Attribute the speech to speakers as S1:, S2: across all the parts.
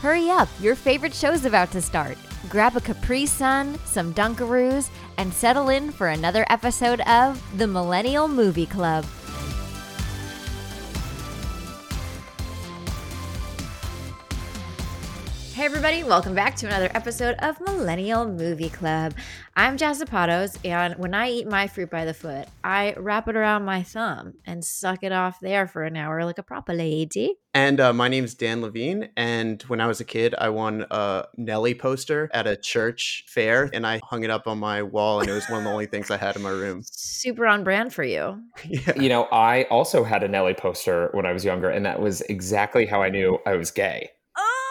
S1: Hurry up, your favorite show's about to start. Grab a Capri Sun, some Dunkaroos, and settle in for another episode of The Millennial Movie Club. Hey, everybody, welcome back to another episode of Millennial Movie Club. I'm Jazz Zapatos, and when I eat my fruit by the foot, I wrap it around my thumb and suck it off there for an hour like a proper lady.
S2: And uh, my name's Dan Levine. And when I was a kid, I won a Nelly poster at a church fair, and I hung it up on my wall, and it was one of the only things I had in my room.
S1: Super on brand for you.
S2: Yeah.
S3: You know, I also had a Nelly poster when I was younger, and that was exactly how I knew I was gay.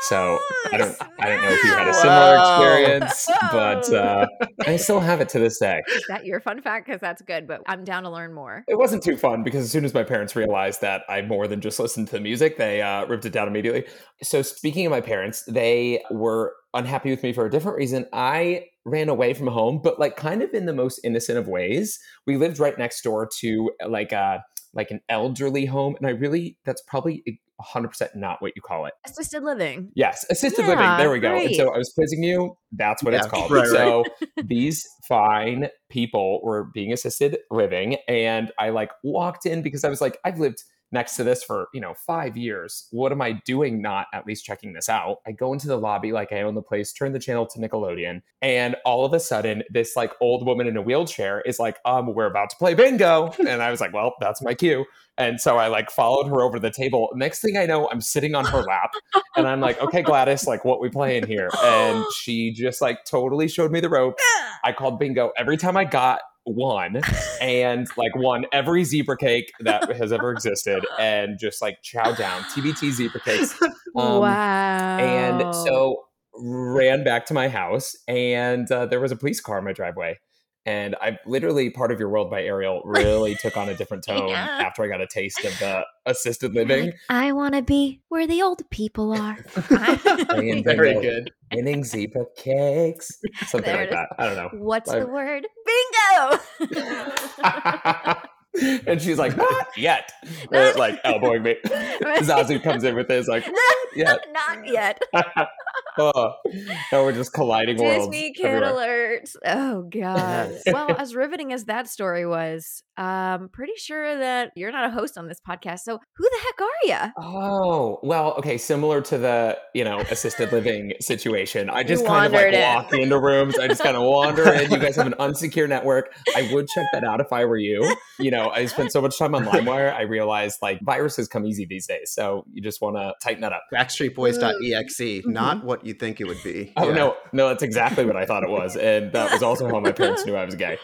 S3: So I don't,
S1: Oh,
S3: I don't know if you had a
S2: snap.
S3: similar
S2: Wow.
S3: experience, but uh, I still have it to this day.
S1: Is that your fun fact? Because that's good, but I'm down to learn more.
S3: It wasn't too fun because as soon as my parents realized that I more than just listened to the music, they uh, ripped it down immediately. So speaking of my parents, they were unhappy with me for a different reason. I ran away from home, but like kind of in the most innocent of ways. We lived right next door to like a like an elderly home, and I really that's probably 100% not what you call it.
S1: Assisted living.
S3: Yes, assisted
S1: Yeah,
S3: living. There we go.
S1: great.
S3: And so I was quizzing you. That's what it's
S2: Yeah,
S3: called.
S2: right, right.
S3: So these fine people were being assisted living, and I like walked in because I was like, I've lived next to this for you know five years. What am I doing? Not at least checking this out. I go into the lobby like I own the place. Turn the channel to Nickelodeon, and all of a sudden, this like old woman in a wheelchair is like, "Um, we're about to play bingo," and I was like, "Well, that's my cue." And so I like followed her over to the table. Next thing I know, I'm sitting on her lap and I'm like, okay, Gladys, like what we playing here? And she just like totally showed me the ropes. I called bingo every time I got one and like won every zebra cake that has ever existed and just like chow down TBT zebra cakes. Um,
S1: wow.
S3: And so ran back to my house and uh, there was a police car in my driveway. And I literally part of your world by Ariel really took on a different tone
S1: Yeah.
S3: after I got a taste of the assisted living.
S1: I want to be where the old people are.
S3: Playing
S2: Very
S3: bingo.
S2: good.
S3: Winning zebra cakes, something
S1: There
S3: like
S1: it is.
S3: that. I don't know.
S1: What's
S3: I-
S1: the word? Bingo.
S3: and she's like, not yet. Or, like elbowing me. Zazu comes in with his like, yeah.
S1: Not yet.
S3: oh. Now we're just colliding worlds.
S1: Disney kid
S3: everywhere.
S1: alert. Oh god.
S2: Yes.
S1: well, as riveting as that story was, um pretty sure that you're not a host on this podcast. So who the heck are you?
S3: Oh, well, okay, similar to the, you know, assisted living situation. I just
S1: You
S3: kind of like
S1: wandered in.
S3: walk into rooms. I just kind of wander in. You guys have an unsecure network. I would check that out if I were you. You know, I spend so much time on LimeWire. I realized like viruses come easy these days. So you just want to tighten that up.
S2: Backstreetboys.exe, E not
S1: Mm-hmm.
S2: what you think it would be.
S3: Oh
S2: Yeah.
S3: no, no, that's exactly what I thought it was, and that was also how my parents knew I was gay.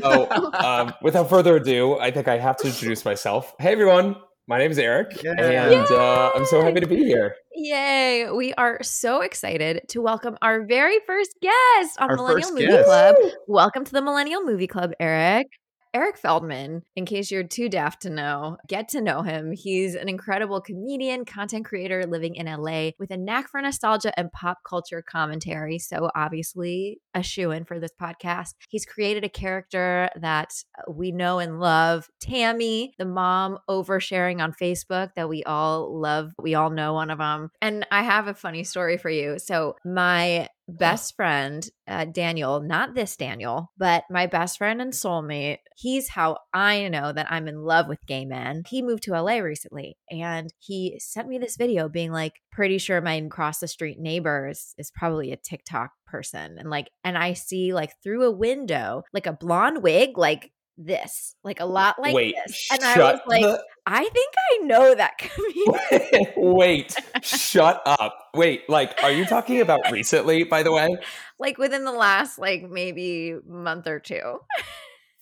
S3: So, um, without further ado, I think I have to introduce myself. Hey everyone, my name is Eric,
S2: Yeah.
S3: and uh, I'm so
S1: Yay!
S3: happy to be here.
S1: Yay. We are so excited to welcome our very first guest on
S2: Our
S1: Millennial
S2: first
S1: Movie
S2: guest.
S1: Club. Welcome to the Millennial Movie Club, Eric. Eric Feldman, in case you're too daft to know, get to know him. He's an incredible comedian, content creator living in LA with a knack for nostalgia and pop culture commentary. So, obviously, a shoe in for this podcast. He's created a character that uh, we know and love Tammy, the mom oversharing on Facebook that we all love. We all know one of them. And I have a funny story for you. So, my
S3: Oh.
S1: best friend, uh, Daniel, not this Daniel, but my best friend and soulmate, he's how I know that I'm in love with gay men. He moved to LA recently and he sent me this video being like, pretty sure my cross the street neighbor is, is probably a TikTok person. And like, and I see like through a window, like a blonde wig, like, this like a lot like
S3: Wait,
S1: this
S3: shut
S1: and i was like
S3: the-
S1: i think i know that comedian
S3: wait, shut up. Wait, like, are you talking about recently? By the way,
S1: like within the last like maybe month or two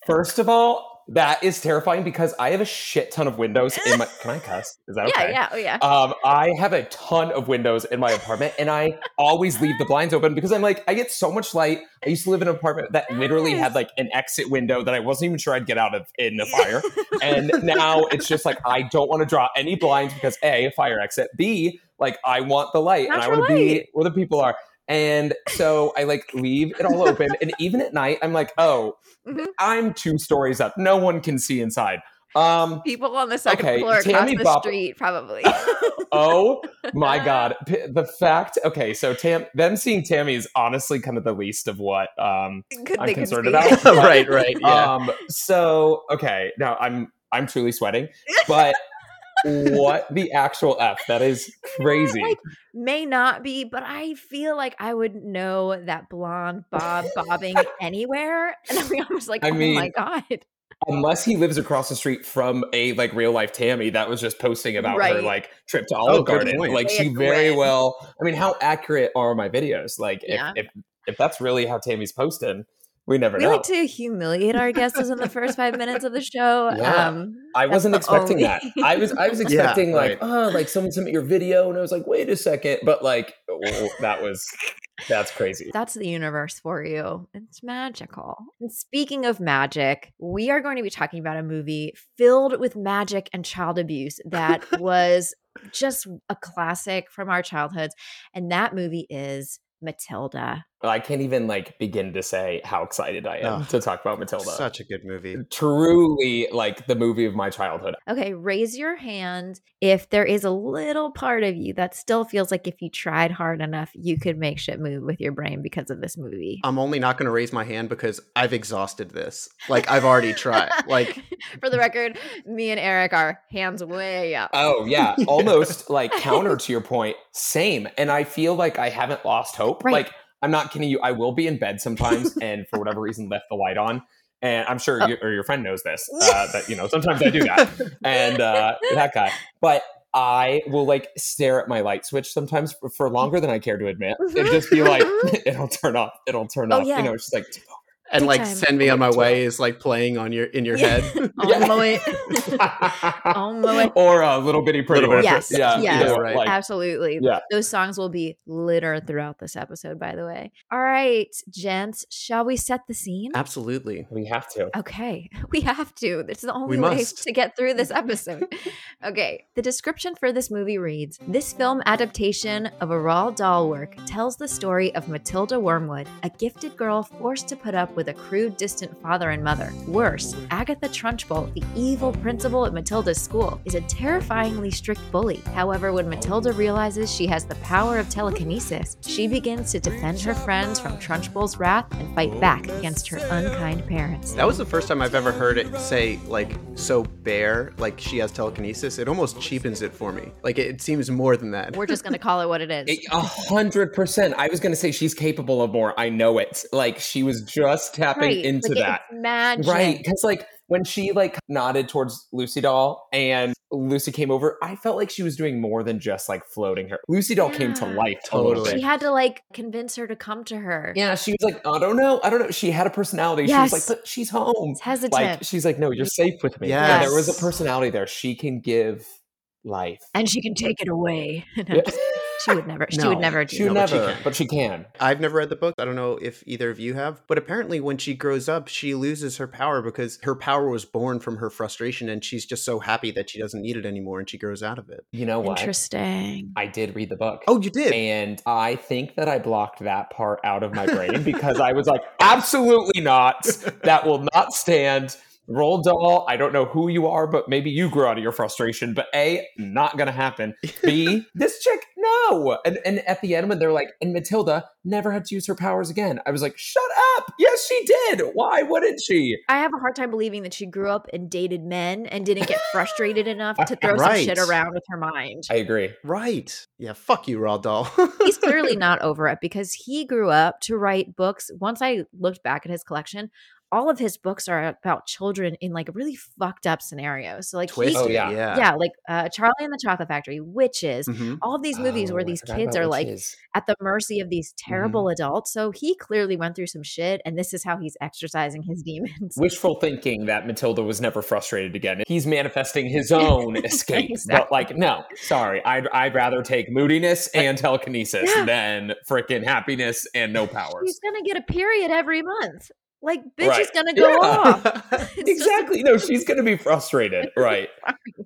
S3: first of all, that is terrifying because I have a shit ton of windows in my. Can I cuss? Is that okay?
S1: yeah yeah oh yeah
S3: Um, I have a ton of windows in my apartment, and I always leave the blinds open because I'm like, I get so much light. I used to live in an apartment that literally
S1: Yes.
S3: had like an exit window that I wasn't even sure I'd get out of in a fire, and now it's just like I don't want to draw any blinds because a fire exit, b like I want the light, and I
S1: Natural
S3: want to be
S1: light.
S3: where the people are. And so I like leave it all open, and even at night, I'm like, oh,
S1: Mhm.
S3: I'm two stories up. No one can see inside. Um,
S1: People on the second
S3: Okay,
S1: floor across
S3: Tammy
S1: the
S3: Bob-
S1: street, probably.
S3: oh my god P- the fact okay so tam them seeing tammy is honestly kind of the least of what um
S1: Could
S3: I'm
S1: they could
S3: concerned
S1: see.
S3: about-
S2: right, right. Yeah.
S3: um so okay now i'm i'm truly sweating but what the actual f that is crazy
S1: Like, May not be, but I feel like I would know that blonde Bob bobbing anywhere. And I'm almost like,
S3: I
S1: oh my
S3: mean,
S1: God.
S3: unless he lives across the street from a like real life tammy that was just posting about her
S1: Right.
S3: like trip to olive
S2: Oh, good
S3: garden
S2: point.
S3: like
S1: Way
S3: she
S1: to
S3: very
S1: win.
S3: well i mean how accurate are my videos like if
S1: Yeah.
S3: if, if that's really how tammy's posting we never
S1: We
S3: know
S1: like to humiliate our guests in the first five minutes of the show.
S3: Yeah.
S1: Um,
S3: I
S1: That's
S3: wasn't
S1: the
S3: expecting
S1: only-
S3: that. I was I was
S2: Yeah,
S3: expecting
S2: right.
S3: like oh like someone submit your video and I was like wait a second but like oh, that was that's crazy.
S1: That's the universe for you. It's magical. And speaking of magic, we are going to be talking about a movie filled with magic and child abuse that was just a classic from our childhoods. And that movie is Matilda.
S3: I can't even like begin to say how excited I am
S2: Ugh.
S3: to talk about Matilda.
S2: Such a good movie.
S3: Truly like the movie of my childhood.
S1: Okay, raise your hand if there is a little part of you that still feels like if you tried hard enough, you could make shit move with your brain because of this movie.
S2: I'm only not going to raise my hand because I've exhausted this. Like I've already tried. Like
S1: for the record, me and Eric are hands way up.
S3: Oh yeah, almost like counter to your point. Same. And I feel like I haven't lost hope.
S1: Right.
S3: Like I'm not kidding you. I will be in bed sometimes and for whatever reason left the light on. And I'm sure
S1: Oh.
S3: you, or your friend knows this. Uh, that you know sometimes I do that. and uh, that guy. But I will like stare at my light switch sometimes for, for longer than I care to admit, and
S1: Mhm,
S3: just be like,
S1: mhm.
S3: "It'll turn off. It'll turn
S1: Oh,
S3: off."
S1: yeah.
S3: You know, it's just like
S2: and like
S1: Time.
S2: send me on my way is like playing on your in your
S1: Yeah.
S2: head.
S1: On my way. On my way.
S3: or a little bitty pretty.
S2: Little
S1: bitty Yes, pretty.
S3: Yeah. you
S1: yes.
S3: know,
S2: Right.
S3: like-
S1: Absolutely.
S3: Yeah.
S1: Those songs will be litter throughout this episode, by the way. All right, gents, shall we set the scene?
S2: Absolutely.
S3: we have to.
S1: Okay, we have to. It's the only
S2: We
S1: way
S2: must.
S1: to get through this episode. okay, the description for this movie reads This film adaptation of a Roald Dahl work tells the story of Matilda Wormwood, a gifted girl forced to put up with a crude, distant father and mother. Worse, Agatha Trunchbull, the evil principal at Matilda's school, is a terrifyingly strict bully. However, when Matilda realizes she has the power of telekinesis, she begins to defend her friends from Trunchbull's wrath and fight back against her unkind parents.
S2: That was the first time I've ever heard it say like so bare like she has telekinesis. It almost cheapens it for me. Like it, it seems more than that.
S1: We're just going to call it what it is.
S3: It- A hundred percent. I was gonna say she's capable of more. I know it. Like she was just tapping
S1: Right,
S3: into
S1: like,
S3: that.
S1: It's magic.
S3: Right. Because like when she like nodded towards Lucy Doll and Lucy came over, I felt like she was doing more than just like floating her. Lucy Doll came to
S1: Yeah.
S3: life totally.
S1: She had to like convince her to come to her.
S3: yeah, she was like, I don't know, I don't know. She had a personality.
S1: Yes.
S3: She was like, but she's home.
S1: It's hesitant.
S3: Like she's like, no, you're safe with me. Yeah, there was
S2: Yes.
S3: a personality there. She can give life.
S1: and she can take it away. And I'm
S3: Yeah.
S1: just- she would never. She would
S2: No.
S1: never do
S3: She would
S2: No, but she
S3: never,
S2: can.
S3: but she can.
S2: I've never read the book. I don't know if either of you have, but apparently when she grows up, she loses her power because her power was born from her frustration and she's just so happy that she doesn't need it anymore and she grows out of it.
S3: You know what?
S1: Interesting.
S3: I did read the book.
S2: Oh, you did.
S3: And I think that I blocked that part out of my brain because I was like, absolutely not. That will not stand. Roll doll. I don't know who you are, but maybe you grew out of your frustration. But A, not gonna happen. B, this chick, no. And and at the end when they're like, and Matilda never had to use her powers again. I was like, shut up. Yes, she did. Why wouldn't she?
S1: I have a hard time believing that she grew up and dated men and didn't get frustrated enough to throw
S2: Right.
S1: some shit around with her mind.
S3: I agree.
S2: Right. Yeah, fuck you, Raw Doll.
S1: He's clearly not over it because he grew up to write books. Once I looked back at his collection, all of his books are about children in like really fucked up scenarios. So like he-
S2: Twisted.
S3: Oh, yeah.
S2: Yeah.
S1: yeah, like uh, Charlie and the Chocolate Factory, witches,
S2: Mhm.
S1: all of these movies
S3: Oh,
S1: where
S3: I
S1: these
S3: forgot
S1: kids
S3: about
S1: are like
S3: witches. Mm-hmm.
S1: at the mercy of these terrible adults. So he clearly went through some shit, and this is how he's exercising his demons.
S3: wishful thinking that Matilda was never frustrated again. He's manifesting his own escape. But like, no, sorry, I'd I'd rather take moodiness and telekinesis
S1: Yeah.
S3: than freaking happiness and no
S1: He's
S3: powers.
S1: gonna get a period every month. Like, bitch is
S3: Right.
S1: gonna go
S3: Yeah.
S1: off. It's just-
S3: Exactly. No, she's gonna be frustrated. Right.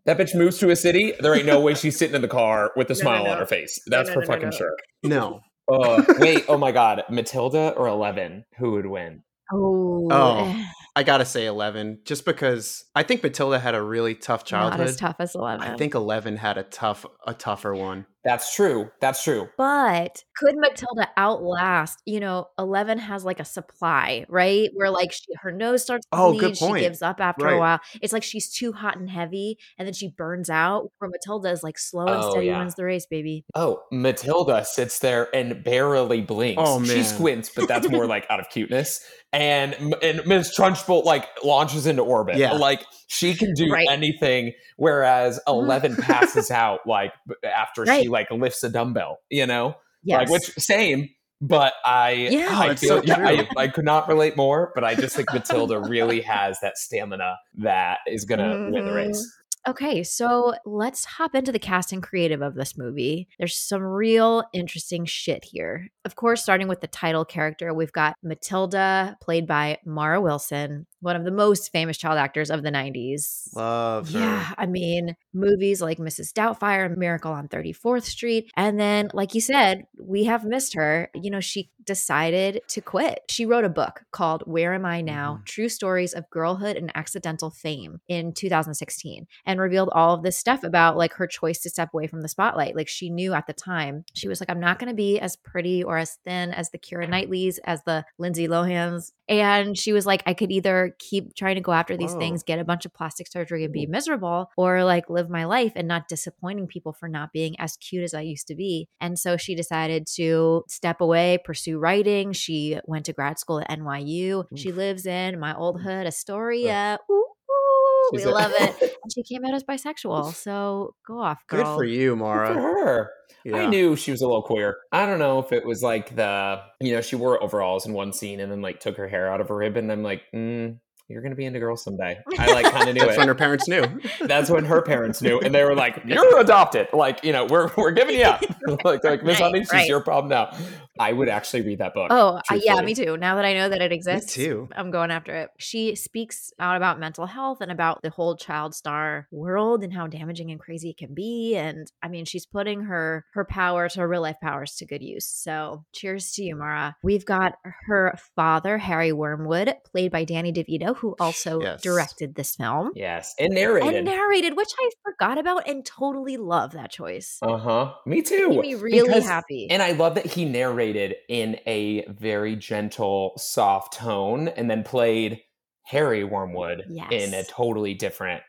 S3: That bitch moves to a city. There ain't no way she's sitting in the car with a
S1: No, no,
S3: smile
S1: no.
S3: on her face.
S1: No,
S3: That's
S1: no,
S3: for
S1: no, no,
S3: fucking
S1: no.
S3: sure.
S2: no.
S3: Oh wait. Oh my god. Matilda or Eleven? Who would win?
S1: Oh,
S2: Oh.
S1: eh.
S2: I gotta say eleven, just because I think Matilda had a really tough childhood.
S1: Not as tough as eleven.
S2: I think eleven had a tough, a tougher one.
S3: That's true. That's true.
S1: But could Matilda outlast? You know, Eleven has like a supply, right? Where like she, her nose starts to
S2: Oh,
S1: bleed,
S2: good
S1: she
S2: point.
S1: gives up after a
S2: Right.
S1: while. It's like she's too hot and heavy, and then she burns out. Where Matilda is like slow and
S3: Oh,
S1: steady
S3: yeah.
S1: wins the race, baby.
S3: Oh, Matilda sits there and barely blinks.
S2: Oh,
S3: She
S2: man.
S3: squints, but that's more like out of cuteness. And and Ms. Trunchbull like launches into orbit.
S2: Yeah.
S3: Like she can do
S1: Right. Mm-hmm.
S3: anything, whereas Eleven passes out like b- after
S1: Right.
S3: she like lifts a dumbbell, you know?
S1: Yes.
S3: Like which same, but I
S1: Yeah.
S3: I,
S2: That's
S3: feel-
S2: Oh, so
S3: yeah, I,
S2: true.
S3: I could not relate more, but I just think Matilda really has that stamina that is gonna win the
S1: Mhm.
S3: race.
S1: Okay, so let's hop into the cast and creative of this movie. There's some real interesting shit here. Of course, starting with the title character, we've got Matilda, played by Mara Wilson, one of the most famous child actors of the 90s.
S2: Love. her.
S1: Yeah, I mean, movies like Mrs. Doubtfire, Miracle on 34th Street. And then, like you said, we have missed her. You know, she decided to quit. She wrote a book called Where Am I Now?
S2: Mm-hmm.
S1: True Stories of Girlhood and Accidental Fame in 2016 and revealed all of this stuff about like her choice to step away from the spotlight. Like she knew at the time, she was like, I'm not going to be as pretty or as thin as the Kira Knightleys, as the Lindsay Lohans. And she was like, I could either keep trying to go after these
S2: Whoa.
S1: things, get a bunch of plastic surgery and be miserable, or like live my life and not disappointing people for not being as cute as I used to be. And so she decided to step away, pursue writing. She went to grad school at NYU. She lives in my old hood, Astoria. Ooh, ooh, we
S3: She's a-
S1: love it. And she came out as bisexual. So go off, girl.
S2: Good for you,
S1: Mm-hmm.
S3: Good for
S2: Mara.
S3: her. I
S2: Yeah.
S3: knew she was a little queer. I don't know if it was like the, you know, she wore overalls in one scene and then like took her hair out of her ribbon. I'm like, mm, you're going to be into girls someday. I like kind of knew
S2: That's
S3: it.
S2: when her parents knew.
S3: That's when her parents knew. And they were like, you're adopted. Like, you know, we're, we're giving you up. like, like Miss
S1: Right,
S3: Huntington's
S1: right.
S3: your problem now. I would actually read that book.
S1: Oh, I- yeah,
S3: truthfully.
S1: me too. Now that I know that it exists,
S2: too.
S1: I'm going after it. She speaks out about mental health and about the whole child star world and how damaging and crazy it can be. And I mean, she's putting her her powers, her real life powers, to good use. So, cheers to you, Mara. We've got her father, Harry Wormwood, played by Danny DeVito, who also
S2: Yes.
S1: directed this film
S3: Yes. And narrated.
S1: and narrated, which I forgot about and totally love that choice.
S3: uh huh. Me
S1: It
S3: too.
S1: made me really
S3: Because-
S1: happy.
S3: And I love that he narrated in a very gentle, soft tone and then played Harry Wormwood in a
S1: Yes.
S3: totally different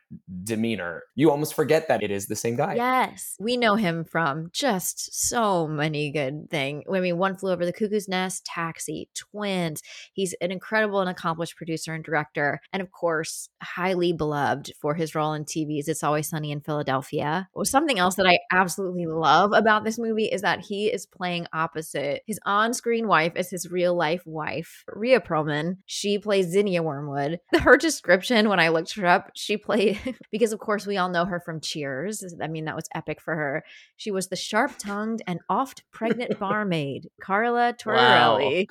S3: demeanor. You almost forget that it is the same guy.
S1: Yes. We know him from just so many good things. I mean, One Flew Over the Cuckoo's Nest, Taxi, Twins. He's an incredible and accomplished producer and director. And of course, highly beloved for his role in TV's It's Always Sunny in Philadelphia. Well, something else that I absolutely love about this movie is that he is playing opposite. His on screen wife is his real life wife, Rhea Perlman. She plays Zinnia Wormwood. Her description, when I looked her up, she played, because of course we all know her from Cheers. I mean, that was epic for her. She was the sharp tongued and oft pregnant barmaid, Carla Tortorelli.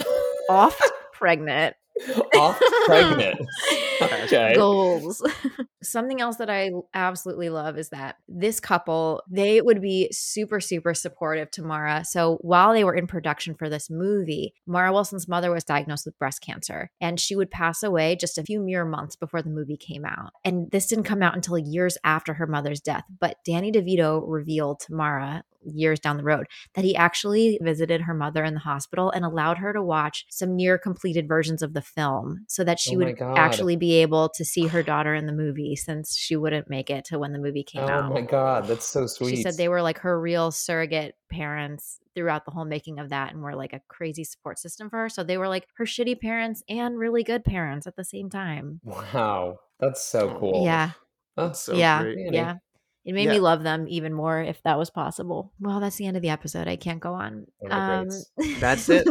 S1: Oft pregnant.
S3: Off pregnant. Okay.
S1: Goals. Something else that I absolutely love is that this couple, they would be super, super supportive to Mara. So while they were in production for this movie, Mara Wilson's mother was diagnosed with breast cancer and she would pass away just a few mere months before the movie came out. And this didn't come out until years after her mother's death. But Danny DeVito revealed to Mara years down the road that he actually visited her mother in the hospital and allowed her to watch some near completed versions of the film so that she
S3: Oh my
S1: would
S3: God.
S1: actually be able to see her daughter in the movie since she wouldn't make it to when the movie came
S3: Oh
S1: out.
S3: my God, that's so sweet.
S1: She said they were like her real surrogate parents throughout the whole making of that and were like a crazy support system for her. So they were like her shitty parents and really good parents at the same time.
S3: Wow, that's so
S2: Oh.
S3: cool.
S1: Yeah.
S2: That's so
S1: yeah.
S2: great.
S3: Danny.
S1: Yeah. It made me
S2: Yeah.
S1: love them even more if that was possible. Well, that's the end of the episode. I can't go on. Um,
S3: Oh my greats.
S2: That's it.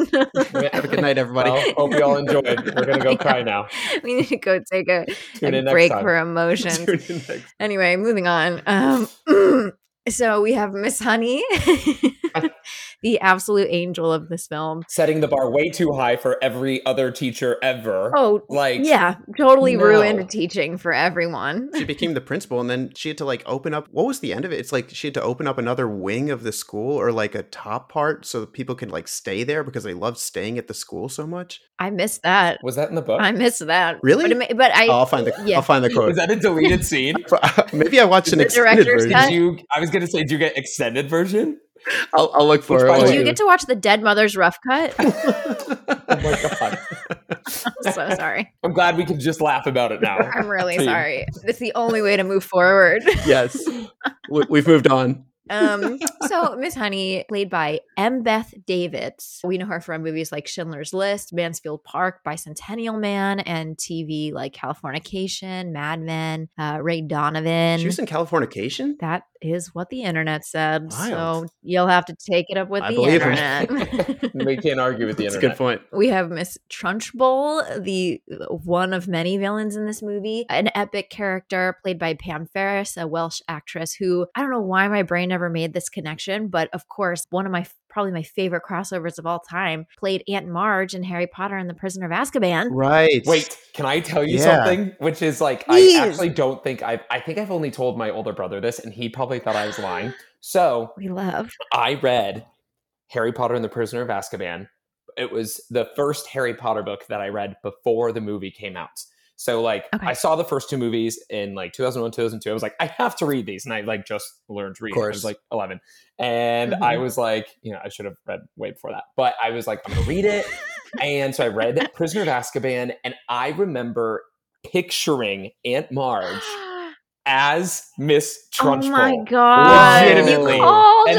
S2: Have a good night, everybody.
S3: Well, hope you all enjoyed. We're gonna go cry now.
S1: we need to go take a,
S3: Tune
S1: a
S3: in next
S1: break
S3: time.
S1: for emotions.
S2: Tune in next-
S1: anyway, moving on. Um, so we have Miss Honey. the absolute angel of this film.
S3: Setting the bar way too high for every other teacher ever.
S1: Oh,
S3: Like,
S1: yeah, totally
S3: no.
S1: ruined teaching for everyone.
S2: she became the principal and then she had to like open up what was the end of it it's like she had to open up another wing of the school or like a top part so that people could like stay there because they loved staying at the school so much
S1: I missed that.
S3: Was that in the book?
S1: I missed that.
S2: Really?
S1: But, it ma- but I
S2: Oh, i'll find the
S1: yeah.
S2: i'll find the quote
S3: Was that a deleted scene?
S2: maybe i watched an
S1: The
S2: extended
S1: director's
S2: version
S1: cut?
S3: Did you? I was gonna say, did you get extended version?
S2: I'll, I'll look for
S3: Which
S2: it
S3: part
S1: did
S3: Oh,
S1: you
S3: yeah.
S1: get to watch the dead mother's rough cut?
S3: Oh my god!
S1: I'm so sorry.
S3: I'm glad we can just laugh about it now.
S1: I'm really
S3: Team.
S1: sorry. It's the only way to move forward.
S2: yes we, we've moved on
S1: Um, so Miss Honey, played by M. Beth Davids. We know her from movies like Schindler's List, Mansfield Park, Bicentennial Man, and TV like Californication, Mad Men, uh, Ray Donovan.
S2: she was in californication
S1: that is what the internet said. So
S2: Wild.
S1: you'll have to take it up with
S2: I
S1: the
S2: believe him.
S1: internet.
S3: we can't argue with the
S2: that's a
S3: internet.
S2: good point
S1: We have Miss Trunchbull, the one of many villains in this movie, an epic character played by Pam Ferris, a Welsh actress who I don't know why my brain never made this connection, but of course, one of my probably my favorite crossovers of all time played Aunt Marge in Harry Potter and the Prisoner of Azkaban.
S2: right
S3: Wait, can I tell you
S2: Yeah.
S3: something? Which is like,
S1: Please.
S3: I actually don't think I've. I think I've only told my older brother this, and he probably thought I was lying. So
S1: We love.
S3: I read Harry Potter and the Prisoner of Azkaban. It was the first Harry Potter book that I read before the movie came out. So like
S1: Okay.
S3: I saw the first two movies in like 2001, 2002. I was like, I have to read these, and I like just learned to read. I
S2: course.
S3: was like 11, and I
S1: Mm-hmm.
S3: was like, you know, I should have read way before that, but I was like, I'm gonna read it, and so I read Prisoner of Azkaban, and I remember picturing Aunt Marge as Miss
S1: oh
S3: Trunchbull
S1: my god.
S3: legitimately.
S1: You called it.
S3: and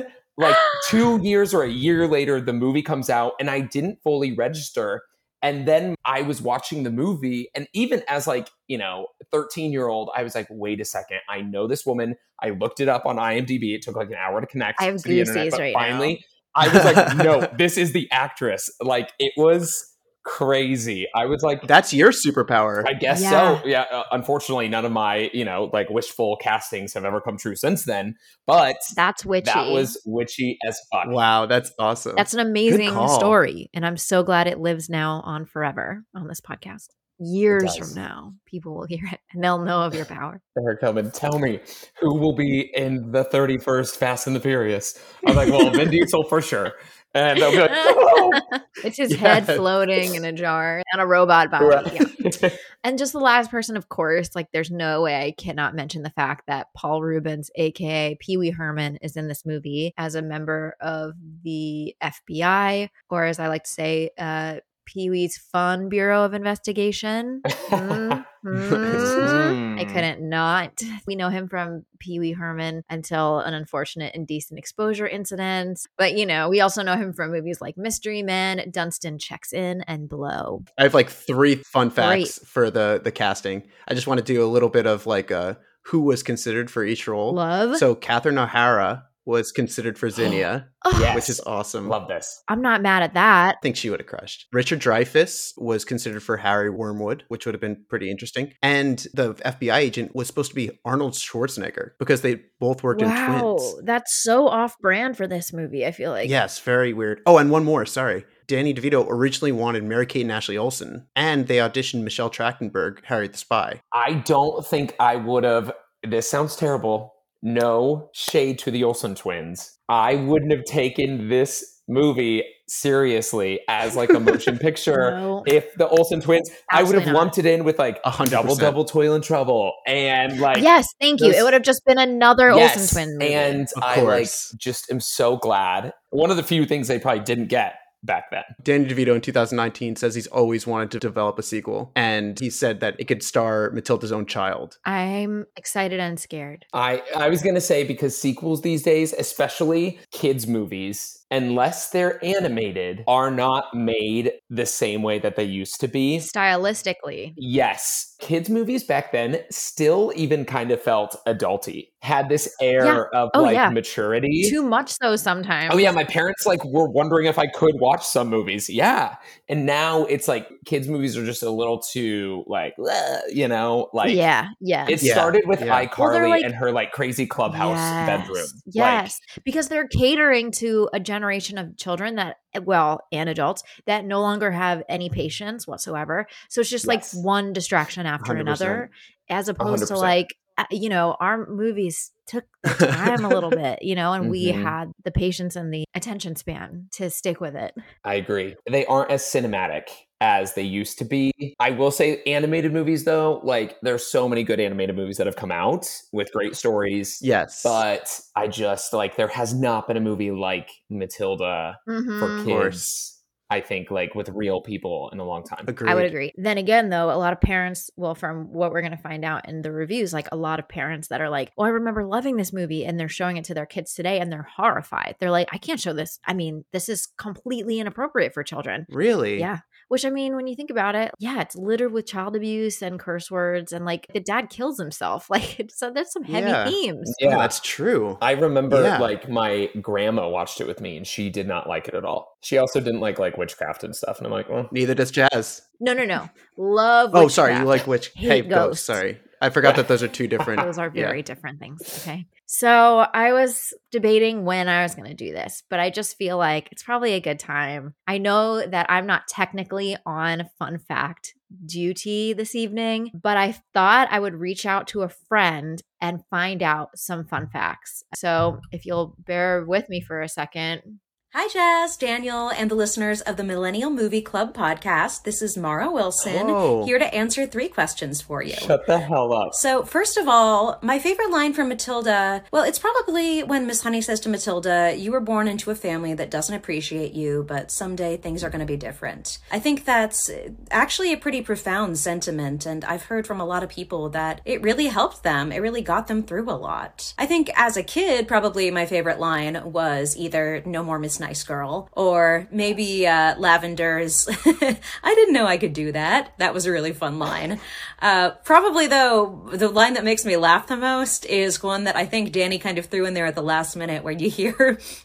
S3: then like two years or a year later the movie comes out and i didn't fully register and then i was watching the movie and even as like you know 13 year old i was like wait a second i know this woman i looked it up on imdb it took like an hour to connect
S1: I have
S3: to the internet,
S1: goosies
S3: but
S1: right now.
S3: finally i was like no this is the actress like it was crazy i was like
S2: that's your superpower
S3: I guess
S1: Yeah.
S3: so. Yeah. Uh, unfortunately, none of my, you know, like wishful castings have ever come true since then. But
S1: That's witchy.
S3: that was witchy as fuck.
S2: wow that's awesome
S1: That's an amazing
S2: call.
S1: story. And I'm so glad it lives now on forever on this podcast. Years from
S3: does.
S1: now, people will hear it and they'll know of your power.
S3: They're coming. Tell me who will be in the 31st Fast and the Furious. I'm like, well, Vin Diesel for sure. And they'll be like, oh.
S1: it's his head
S2: Yes.
S1: floating in a jar and a robot body. Uh, Yeah. And just the last person, of course, like there's no way I cannot mention the fact that Paul Rubens, aka Pee Wee Herman, is in this movie as a member of the FBI, or as I like to say, uh, Pee Wee's Fun Bureau of Investigation.
S3: Mm-hmm.
S1: Mm, mm. I couldn't not. We know him from Pee Wee Herman until an unfortunate indecent exposure incident. But, you know, we also know him from movies like Mystery Men, Dunstan Checks In, and Blow.
S2: I have like three fun
S1: Great.
S2: facts for the the casting. I just want to do a little bit of like uh who was considered for each
S3: Oh,
S2: role.
S1: Love.
S2: So Catherine O'Hara was considered for Zinnia,
S1: Oh,
S3: Yes.
S2: which is awesome.
S3: Love this.
S1: I'm not mad at that.
S2: I think she would have crushed. Richard Dreyfuss was considered for Harry Wormwood, which would have been pretty interesting. And the FBI agent was supposed to be Arnold Schwarzenegger because they both worked in
S1: Wow.
S2: twins.
S1: That's so off brand for this movie, I feel like.
S2: yes, very weird. Oh, and one more, sorry. Danny DeVito originally wanted Mary Kate and Ashley Olsen, and they auditioned Michelle Trachtenberg, Harry the Spy.
S3: I don't think I would have. This sounds terrible. No shade to the Olsen twins. I wouldn't have taken this movie seriously as like a motion picture.
S1: No.
S3: If the Olsen twins, I would
S1: Absolutely
S3: have
S1: not.
S3: lumped it in with like
S2: A hundred
S3: double
S2: percent.
S3: double toil and trouble and like
S1: yes, thank you. It
S3: those-
S1: would have just been another
S3: yes,
S1: Olsen twin movie.
S3: And
S2: Of
S3: I like
S2: course.
S3: just am so glad. One of the few things they probably didn't get back then.
S2: Danny DeVito in 2019 says he's always wanted to develop a sequel, and he said that it could star Matilda's own child.
S1: I'm excited and scared.
S3: I I was gonna say because sequels these days, especially kids movies, unless they're animated, are not made the same way that they used to be.
S1: stylistically.
S3: Yes, kids' movies back then still even kind of felt adulty, had this air of
S1: Oh,
S3: like
S1: yeah.
S3: maturity.
S1: Too much so sometimes.
S3: Oh yeah, my parents like were wondering if I could watch some movies. Yeah. And now it's like kids movies are just a little too like, "Ugh," you know, like
S1: yeah, yeah.
S3: it
S2: Yeah,
S3: started with
S2: yeah.
S3: iCarly
S1: Well, they're like-
S3: and her like crazy clubhouse
S1: Yes,
S3: bedroom. Like,
S1: Yes, because they're catering to a generation of children that, eh, well, and adults that no longer have any patience whatsoever. So it's just
S3: Yes.
S1: like one distraction after
S2: 100%.
S1: another, as opposed to
S3: 100%.
S1: like, uh, you know, our movies took the time a little bit, you know, and we
S3: Mhm.
S1: had the patience and the attention span to stick with it.
S3: I agree. They aren't as cinematic as they used to be. I will say animated movies though, like there's so many good animated movies that have come out with great stories.
S2: yes.
S3: But I just like there has not been a movie like Matilda for
S2: Mm.
S1: Mhm.
S3: kids. I think like with real people in a long time.
S2: Agreed.
S1: I would agree. Then again, though, a lot of parents, well, from what we're going to find out in the reviews, like a lot of parents that are like, oh, I remember loving this movie. And they're showing it to their kids today and they're horrified. They're like, I can't show this. I mean, this is completely inappropriate for children.
S2: Really?
S1: Yeah. Which I mean, when you think about it, yeah, it's littered with child abuse and curse words. And like the dad kills himself. Like, it's- so there's some heavy
S2: Yeah.
S1: themes.
S2: Yeah, Oh, that's true.
S1: Uh,
S3: I remember
S2: Yeah.
S3: like my grandma watched it with me and she did not like it at all. She also didn't like like witchcraft and stuff. And I'm like, well,
S2: Neither does jazz.
S1: No, no, no. Love.
S2: Oh, sorry. You
S1: witchcraft.
S2: like witch?
S1: Hate
S2: hey, ghosts.
S1: ghosts.
S2: Sorry, I forgot that those are two different.
S1: Those are
S2: yeah.
S1: very different things. Okay. So I was debating when I was going to do this, but I just feel like it's probably a good time. I know that I'm not technically on fun fact duty this evening, but I thought I would reach out to a friend and find out some fun facts. So if you'll bear with me for a second,
S4: Hi, Jazz, Daniel, and the listeners of the Millennial Movie Club podcast. This is Mara Wilson
S2: Whoa.
S4: here to answer three questions for you.
S3: shut the hell up.
S4: So, first of all, my favorite line from Matilda, well, it's probably when Miss Honey says to Matilda, You were born into a family that doesn't appreciate you, but someday things are going to be different. I think that's actually a pretty profound sentiment, and I've heard from a lot of people that it really helped them. It really got them through a lot. I think as a kid, probably my favorite line was either No More Miss Nice Girl or maybe uh, Lavender's, I didn't know I could do that. That was a really fun line. Uh, probably though, the line that makes me laugh the most is one that I think Danny kind of threw in there at the last minute, where you hear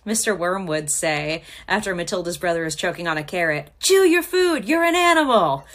S4: Mr. Wormwood say after Matilda's brother is choking on a carrot, "Chew your food. You're an animal."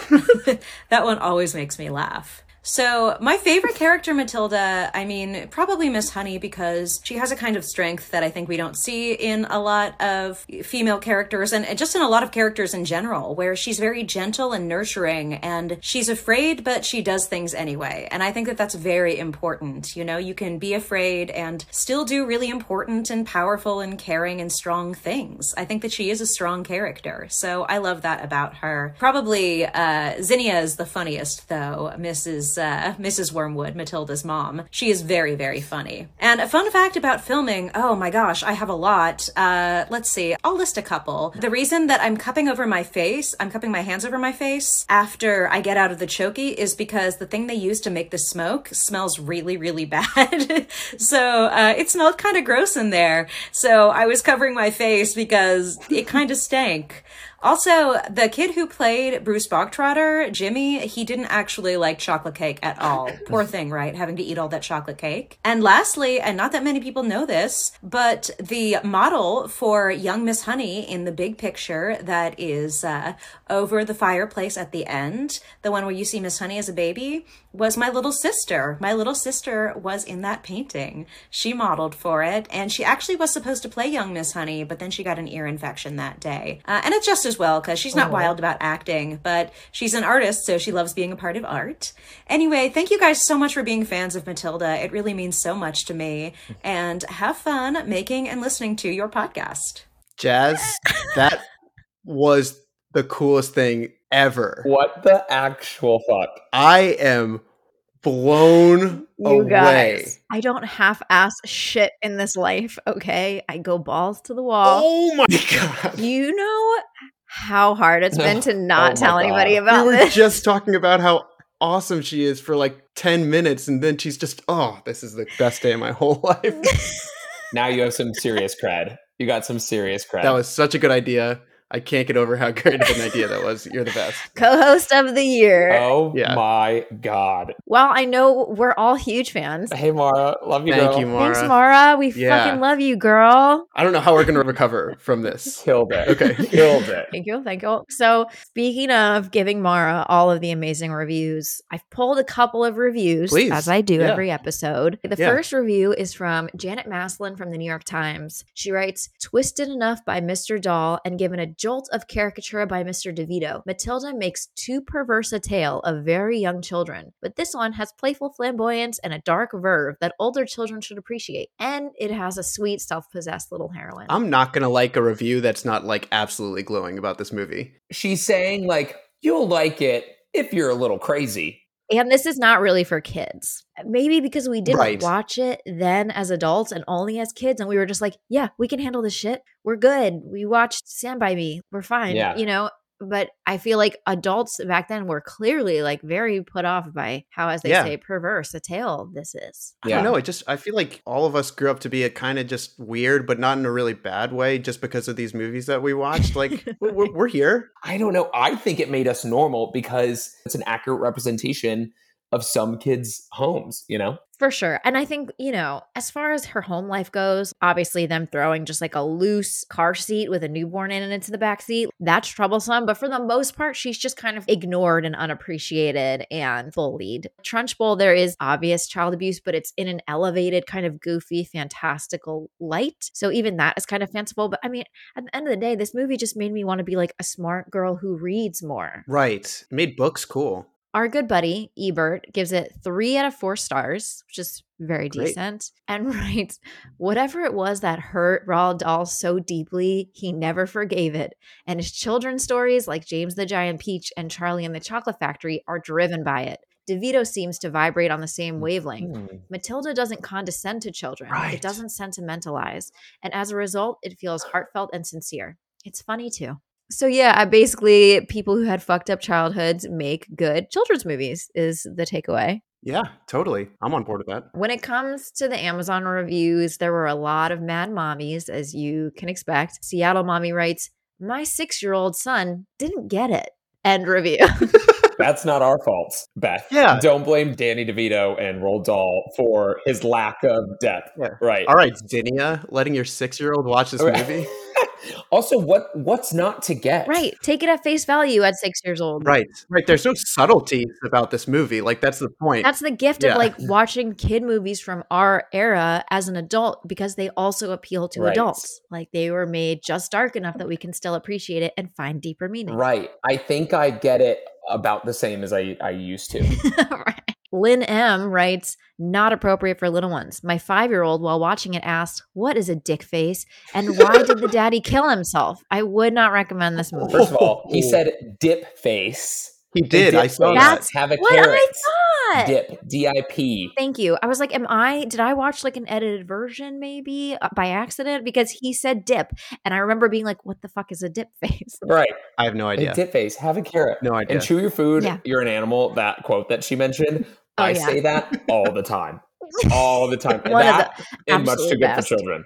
S4: that one always makes me laugh. So, my favorite character, Matilda, I mean, probably Miss Honey, because she has a kind of strength that I think we don't see in a lot of female characters and and just in a lot of characters in general, where she's very gentle and nurturing and she's afraid, but she does things anyway. And I think that that's very important. You know, you can be afraid and still do really important and powerful and caring and strong things. I think that she is a strong character. So I love that about her. Probably uh, Zinnia is the funniest, though. Mrs. Uh, Mrs. Wormwood, Matilda's mom. She is very, very funny. And a fun fact about filming oh my gosh, I have a lot. Uh, let's see, I'll list a couple. The reason that I'm cupping over my face, I'm cupping my hands over my face after I get out of the choky is because the thing they use to make the smoke smells really, really bad. so uh, it smelled kind of gross in there. So I was covering my face because it kind of stank. Also, the kid who played Bruce Bogtrotter, Jimmy, he didn't actually like chocolate cake at all. Poor thing, right? Having to eat all that chocolate cake. And lastly, and not that many people know this, but the model for young Miss Honey in the big picture that is uh, over the fireplace at the end, the one where you see Miss Honey as a baby, was my little sister. My little sister was in that painting. She modeled for it, and she actually was supposed to play young Miss Honey, but then she got an ear infection that day. Uh, and it's just as well because she's not wild about acting, but she's an artist, so she loves being a part of art. Anyway, thank you guys so much for being fans of Matilda. It really means so much to me. And have fun making and listening to your podcast.
S2: Jazz, that was the coolest thing ever.
S3: What the actual fuck?
S2: I am blown
S1: you
S2: away.
S1: guys, I don't half ass shit in this life. Okay. I go balls to the wall.
S2: Oh my god!
S1: You know how hard it's been to
S3: Oh my
S1: not tell anybody
S3: God.
S1: about
S2: we were
S1: this.
S2: just talking about how awesome she is for like ten minutes, and then she's just, oh, this is the best day of my whole life.
S3: Now you have some serious cred. You got some serious credit.
S2: That was such a good idea. I can't get over how great of an idea that was. You're the best.
S1: Co-host of the year.
S3: Oh
S2: Yeah.
S3: my God.
S1: Well, I know we're all huge fans.
S3: Hey, Mara. Love you,
S2: Thank
S3: girl.
S2: you, Mara.
S1: Thanks, Mara. We
S2: Yeah.
S1: fucking love you, girl.
S2: I don't know how we're going to recover from this.
S3: Killed it.
S2: Okay.
S3: Killed it.
S1: Thank you. Thank you. So, speaking of giving Mara all of the amazing reviews, I've pulled a couple of reviews
S2: Please.
S1: as I do
S2: Yeah.
S1: every episode. The
S2: Yeah.
S1: first review is from Janet Maslin from the New York Times. She writes, Twisted enough by Mr. Dahl and given a jolt of caricature by Mr. DeVito, Matilda makes too perverse a tale of very young children, but this one has playful flamboyance and a dark verve that older children should appreciate. And it has a sweet, self possessed little heroine.
S2: I'm not going to like a review that's not like absolutely glowing about this movie.
S3: She's saying, like, you'll like it if you're a little crazy.
S1: And this is not really for kids. eh, Maybe because we didn't
S2: Right.
S1: watch it then as adults and only as kids. And we were just like, yeah, we can handle this shit. We're good. We watched Stand By Me. We're fine.
S3: Yeah.
S1: You know, but I feel like adults back then were clearly like very put off by how, as they
S2: Yeah.
S1: say, perverse a tale this is.
S2: I
S3: Yeah.
S2: don't know. I just I feel like all of us grew up to be a kind of just weird, but not in a really bad way, just because of these movies that we watched. Like we're, we're- we're here.
S3: I don't know. I think it made us normal because it's an accurate representation of some kids' homes, you know?
S1: For sure. And I think, you know, as far as her home life goes, obviously them throwing just like a loose car seat with a newborn in it into the back seat, that's troublesome. But for the most part, she's just kind of ignored and unappreciated and bullied. Trunchbull, there is obvious child abuse, but it's in an elevated, kind of goofy, fantastical light. So even that is kind of fanciful. But I mean, at the end of the day, this movie just made me want to be like a smart girl who reads more.
S2: Right. Made books cool.
S1: Our good buddy Ebert gives it three out of four stars, which is very
S2: Great.
S1: decent, and writes, Whatever it was that hurt Roald Dahl so deeply, he never forgave it. And his children's stories, like James the Giant Peach and Charlie and the Chocolate Factory, are driven by it. DeVito seems to vibrate on the same wavelength.
S2: Hmm.
S1: Matilda doesn't condescend to children,
S2: Right.
S1: it doesn't sentimentalize. And as a result, it feels heartfelt and sincere. It's funny too. So yeah, I basically people who had fucked up childhoods make good children's movies is the takeaway.
S2: Yeah, totally. I'm on board with that.
S1: When it comes to the Amazon reviews, there were a lot of mad mommies as you can expect. Seattle mommy writes, "My 6-year-old son didn't get it." End review.
S3: That's not our fault, Beth.
S2: Yeah.
S3: Don't blame Danny DeVito and Roald Dahl for his lack of depth.
S2: Yeah.
S3: Right.
S2: All right, Dinia, letting your six year old watch this
S3: Right.
S2: movie.
S3: also, what what's not to get?
S1: right. Take it at face value at 6 years old.
S2: Right. Right. There's no subtleties about this movie. Like that's the point.
S1: That's the gift
S2: Yeah.
S1: of like watching kid movies from our era as an adult because they also appeal to
S3: Right.
S1: adults. Like they were made just dark enough that we can still appreciate it and find deeper meaning.
S3: Right. I think I get it about the same as I, I used to.
S1: Right. Lynn M writes, not appropriate for little ones. My five year old, while watching it, asked, What is a dick face? And why did the daddy kill himself? I would not recommend this movie.
S3: First of all, he said dip face.
S2: he did.
S3: Dip
S2: I saw
S3: face.
S2: that.
S1: That's
S3: Have a
S1: what I
S3: carrot.
S1: thought.
S3: Dip. D I P.
S1: Thank you. I was like, am I, did I watch like an edited version maybe uh, by accident? Because he said dip. And I remember being like, what the fuck is a dip face?
S3: Right.
S2: I have no
S3: A
S2: idea.
S3: dip face. Have a carrot.
S2: No idea.
S3: And chew your food.
S1: Yeah.
S3: You're an animal. That quote that she mentioned.
S1: Oh,
S3: I
S1: yeah.
S3: say that all the time. All the time. And
S1: One of
S3: that and much too
S1: absolute
S3: good
S1: best.
S3: for children.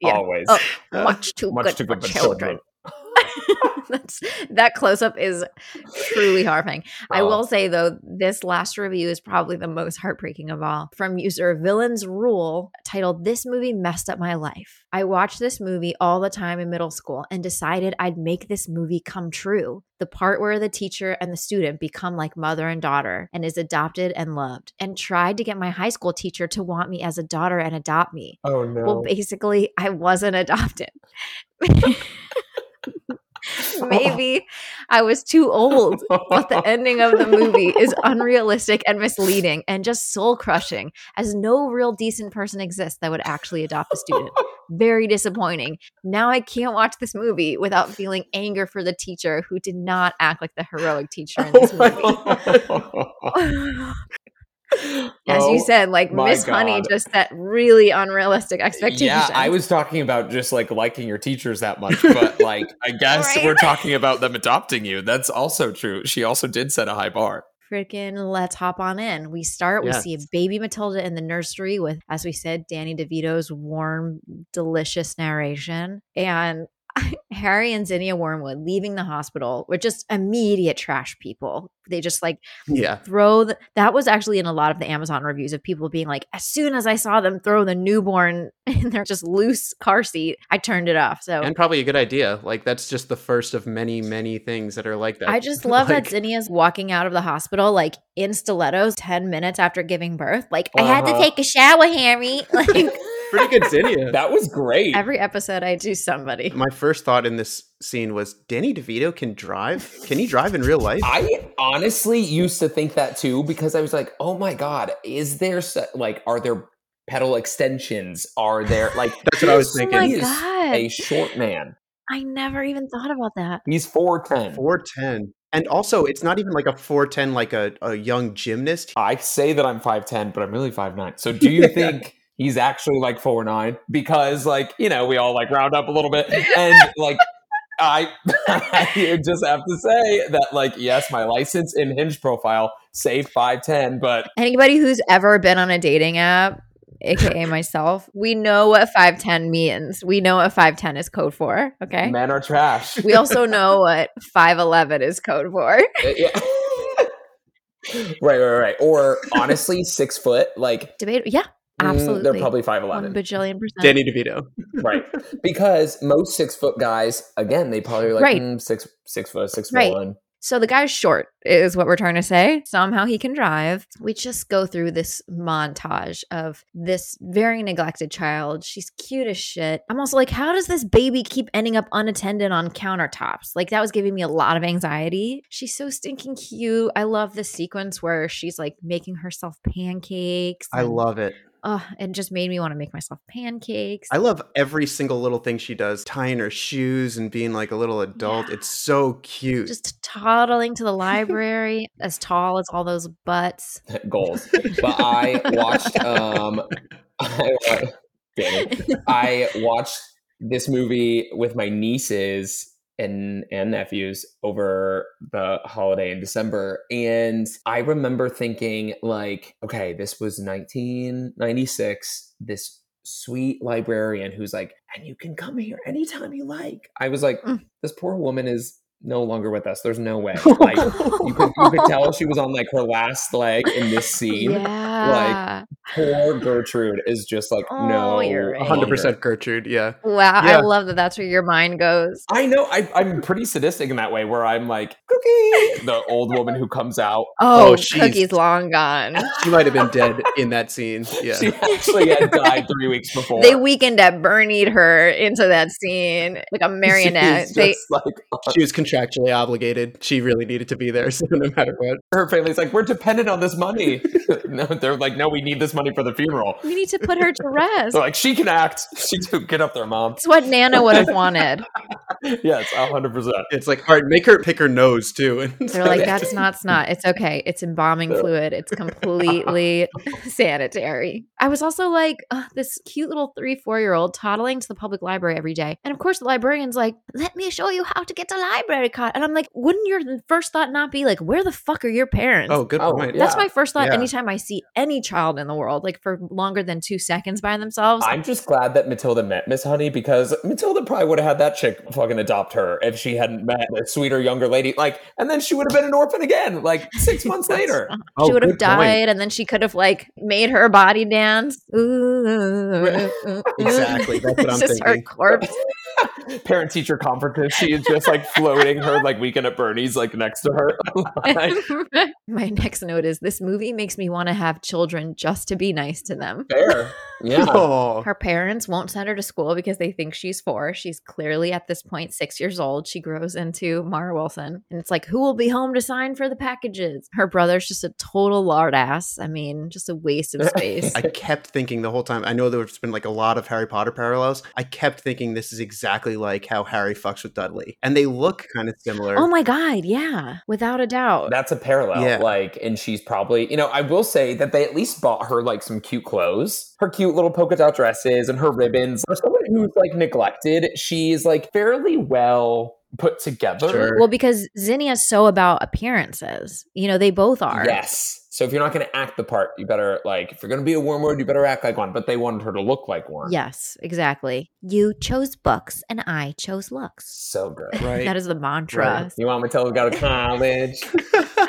S1: Yeah.
S3: Always.
S1: Oh, Much too
S3: much
S1: good
S3: too
S1: for
S3: good for
S1: children.
S3: children.
S1: That's, that close up is truly horrifying. I
S3: Oh.
S1: will say though, this last review is probably the most heartbreaking of all. From user Villains Rule, titled "This movie messed up my life." I watched this movie all the time in middle school and decided I'd make this movie come true. The part where the teacher and the student become like mother and daughter and is adopted and loved, and tried to get my high school teacher to want me as a daughter and adopt me.
S3: Oh no.
S1: Well, basically, I wasn't adopted. Maybe I was too old, but the ending of the movie is unrealistic and misleading and just soul crushing, as no real decent person exists that would actually adopt a student. Very disappointing. Now I can't watch this movie without feeling anger for the teacher who did not act like the heroic teacher
S3: Oh
S1: in this movie. As
S3: Oh,
S1: you said, like
S3: my
S1: Miss Honey
S3: God.
S1: just set really unrealistic expectations.
S3: Yeah, I was talking about just like liking your teachers that much, but like I guess
S1: Right?
S3: we're talking about them adopting you. That's also true. She also did set a high bar.
S1: freaking let's hop on in. We start,
S2: Yes.
S1: we see a baby Matilda in the nursery with, as we said, Danny DeVito's warm, delicious narration. And Harry and Zinnia Wormwood leaving the hospital were just immediate trash people. They just like
S2: Yeah.
S1: throw the, that was actually in a lot of the Amazon reviews of people being like, as soon as I saw them throw the newborn in their just loose car seat, I turned it off. So
S2: And probably a good idea. Like that's just the first of many, many things that are like that.
S1: I just love
S2: Like,
S1: that Zinnia's walking out of the hospital like in stilettos 10 minutes after giving birth. Like, I had to
S3: Uh-huh.
S1: take a shower, Harry. Like,
S2: Pretty good Zinnia.
S3: That was great.
S1: every episode I do somebody.
S2: My first thought in this scene was Danny DeVito can drive. Can he drive in real life?
S3: I honestly used to think that too because I was like, oh my God, is there so, like, are there pedal extensions? Are there like,
S2: That's what I was
S1: Oh
S2: thinking.
S1: my
S3: he is a
S1: God.
S3: short man.
S1: I never even thought about that.
S3: He's 4'10.
S2: 410. And also, it's not even like a 410, like a, a young gymnast.
S3: I say that I'm 5'10, but I'm really 5'9. So do you think he's actually like 4'9? Because, like, you know, we all like round up a little bit. And like, I, I just have to say that, like, yes, my license and hinge profile say 5'10, but
S1: Anybody who's ever been on a dating app, aka myself, we know what 510 means. We know what 510 is code for. Okay.
S3: men are trash.
S1: We also know what 511 is code for.
S3: Uh, yeah. right, right, right. Or honestly, six foot, like
S1: Debate. Yeah,
S3: mm, they're
S1: absolutely.
S3: probably five
S1: One
S3: eleven.
S1: bajillion
S3: Uh-huh.
S1: percent.
S2: Danny DeVito.
S3: right. Because most six foot guys, again, they probably are like
S1: Right.
S3: mm, six six foot, six foot
S1: Right.
S3: one.
S1: So the guy's short, is what we're trying to say. Somehow he can drive. We just go through this montage of this very neglected child. She's cute as shit. I'm also like, how does this baby keep ending up unattended on countertops? Like, that was giving me a lot of anxiety. She's so stinking cute. I love the sequence where she's like making herself pancakes.
S2: I
S1: and-
S2: love it.
S1: Oh, it just made me want to make myself pancakes.
S2: I love every single little thing she does, tying her shoes and being like a little adult.
S1: Yeah.
S2: It's so cute.
S1: just toddling to the library, as tall as all those butts.
S3: Goals. But I watched um I, wa- Danny. I watched this movie with my nieces and and nephews over the holiday in December and I remember thinking like okay this was 1996 this sweet librarian who's like and you can come here anytime you like I was like
S1: Mm.
S3: this poor woman is no longer with us there's no way like you could, you could tell she was on like her last leg in this scene
S1: Yeah.
S3: poor Gertrude is just like,
S1: Oh,
S3: no,
S1: you're right.
S2: 100% Gertrude. Yeah.
S1: wow.
S2: Yeah.
S1: I love that that's where your mind goes.
S3: I know. I, I'm pretty sadistic in that way, where I'm like, cookie, the old woman who comes out.
S1: Oh,
S2: Oh, she's-
S1: Cookie's long gone.
S2: She might have been dead in that scene. Yeah.
S3: She actually had died three weeks before.
S1: They weakened at Bernied her into that scene like a marionette.
S3: She's
S1: They
S3: just like,
S2: She was contractually obligated. She really needed to be there. So no matter what.
S3: her family's like, we're dependent on this money. no, they're like, no, we need this money for the funeral.
S1: we need to put her to rest.
S3: They're like, she can act. She can get up there, mom.
S1: It's what Nana would have wanted.
S3: Yes, hundred percent.
S2: It's like, all right, make her pick her nose too. And it's
S1: They're like,
S2: like-
S1: that's not snot. It's okay. It's embalming fluid. It's completely sanitary. I was also like, "Ugh, this cute little three, four year old toddling to the public library every day. And of course, the librarian's like, let me show you how to get to library card. And I'm like, wouldn't your first thought not be like, where the fuck are your parents?
S2: oh, good
S3: Oh,
S2: point.
S3: yeah.
S1: That's my first thought
S2: Yeah.
S1: anytime I see any child in the world, like for longer than two seconds by themselves.
S3: I'm just glad that Matilda met Miss Honey because Matilda probably would have had that chick fucking adopt her if she hadn't met a sweeter younger lady. Like, and then she would have been an orphan again, like six months later.
S2: Oh,
S1: she would have
S2: good point.
S1: died, and then she could have like made her body dance. Ooh,
S2: Exactly, that's what
S1: It's
S2: I'm
S1: just her
S2: thinking.
S1: corpse.
S3: Parent teacher conferences. She is just like floating her like weekend at Bernie's like next to her. Like,
S1: My next note is this movie makes me want to have children just to be nice to them.
S3: fair. Yeah.
S2: Oh,
S1: Her parents won't send her to school because they think she's four. She's clearly at this point six years old. She grows into Mara Wilson. And it's like, who will be home to sign for the packages? Her brother's just a total lard ass. I mean, just a waste of space.
S2: I kept thinking the whole time. I know there's been like a lot of Harry Potter parallels. I kept thinking this is exactly like how Harry fucks with Dudley, and they look kind of similar.
S1: oh my God. Yeah. Without a doubt.
S3: That's a parallel.
S2: Yeah.
S3: Like, and she's probably, you know, I will say that they at least bought her like some cute clothes, her cute little polka dot dresses and her ribbons. For someone who's like neglected, she's like fairly well put together.
S2: Sure.
S1: Well, because Zinnia's so about appearances. You know, they both are.
S3: Yes. So if you're not going to act the part, you better like if you're going to be a wormwood, you better act like one. But they wanted her to look like one.
S1: Yes, exactly. You chose books and I chose looks.
S3: So good.
S2: Right.
S1: That is the mantra.
S3: You want me to go to college?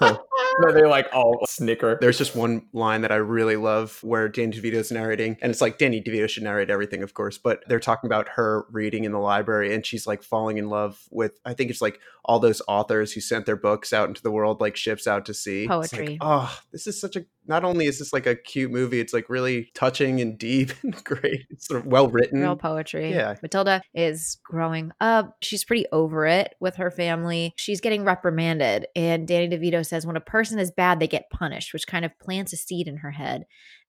S3: no, they're like all snicker.
S2: There's just one line that I really love where Danny DeVito's narrating, and it's like Danny DeVito should narrate everything, of course, but they're talking about her reading in the library and she's like falling in love with, I think it's like all those authors who sent their books out into the world like ships out to sea. It's like,
S1: Poetry.
S2: oh, this is such a, not only is this like a cute movie, it's like really touching and deep and great. It's sort of well written.
S1: Real poetry.
S2: Mm-hmm. Yeah.
S1: Matilda is growing up. She's pretty over it with her family. She's getting reprimanded. And Danny DeVito says, when a person is bad, they get punished, which kind of plants a seed in her head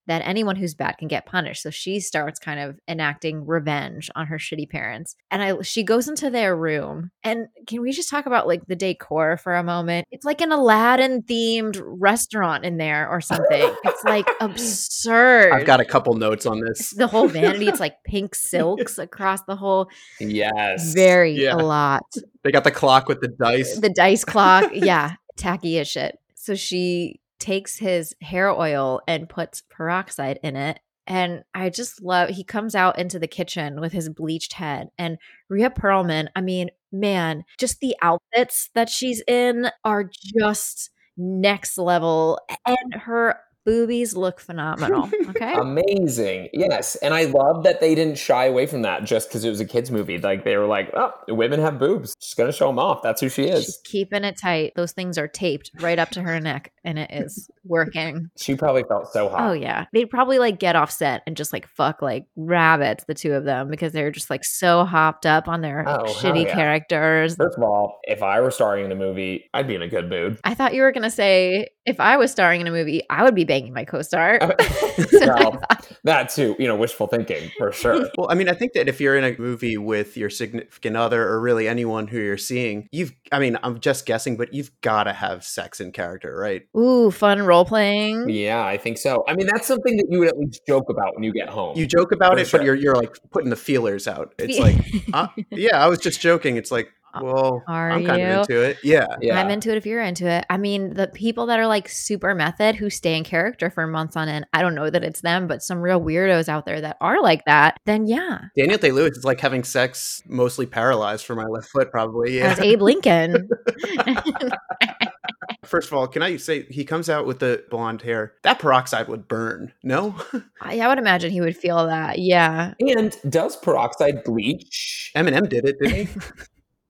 S1: that anyone who's bad can get punished. So she starts kind of enacting revenge on her shitty parents. And I she goes into their room. And can we just talk about like the decor for a moment? It's like an Aladdin themed restaurant in there or something. It's like absurd.
S2: I've got a couple notes on
S1: It's
S2: this.
S1: the whole vanity. It's like pink silks across the whole.
S3: Yes.
S1: Very
S2: Yeah.
S1: a lot.
S2: They got the clock with the dice.
S1: The dice clock. Yeah. Tacky as shit. So she takes his hair oil and puts peroxide in it. And I just love he comes out into the kitchen with his bleached head. And Rhea Perlman, I mean, man, just the outfits that she's in are just next level. And her boobies look phenomenal. Okay.
S3: Amazing. Yes. And I love that they didn't shy away from that just because it was a kids' movie. Like they were like, oh, women have boobs. She's going to show them off. That's who she
S1: She's
S3: is.
S1: keeping it tight. Those things are taped right up to her neck and it is working.
S3: She probably felt so hot.
S1: Oh yeah. They'd probably like get off set and just like fuck like rabbits, the two of them, because they're just like so hopped up on their
S3: Oh, hell
S1: shitty
S3: yeah.
S1: characters.
S3: First of all, if I were starring in a movie, I'd be in a good mood.
S1: I thought you were gonna say if I was starring in a movie, I would be banging my co-star.
S3: well, that too, you know, wishful thinking for sure.
S2: Well, I mean, I think that if you're in a movie with your significant other or really anyone who you're seeing, you've, I mean, I'm just guessing, but you've got to have sex in character, right?
S1: Ooh, fun role playing.
S3: Yeah, I think so. I mean, that's something that you would at least joke about when you get home.
S2: You joke about
S3: For
S2: it,
S3: sure.
S2: but you're, you're like putting the feelers out. It's like, uh, yeah, I was just joking. It's like, well,
S1: Are
S2: I'm kind
S1: you?
S2: of into it. Yeah.
S3: yeah.
S1: I'm into it if you're into it. I mean, the people that are like super method who stay in character for months on end, I don't know that it's them, but some real weirdos out there that are like that, then yeah.
S2: Daniel Day Lewis is like having sex mostly paralyzed for my left foot, probably. Yeah.
S1: As Abe Lincoln.
S2: First of all, can I say he comes out with the blonde hair? That peroxide would burn. No?
S1: I, I would imagine he would feel that. Yeah.
S3: And does peroxide bleach?
S2: Eminem did it, didn't he?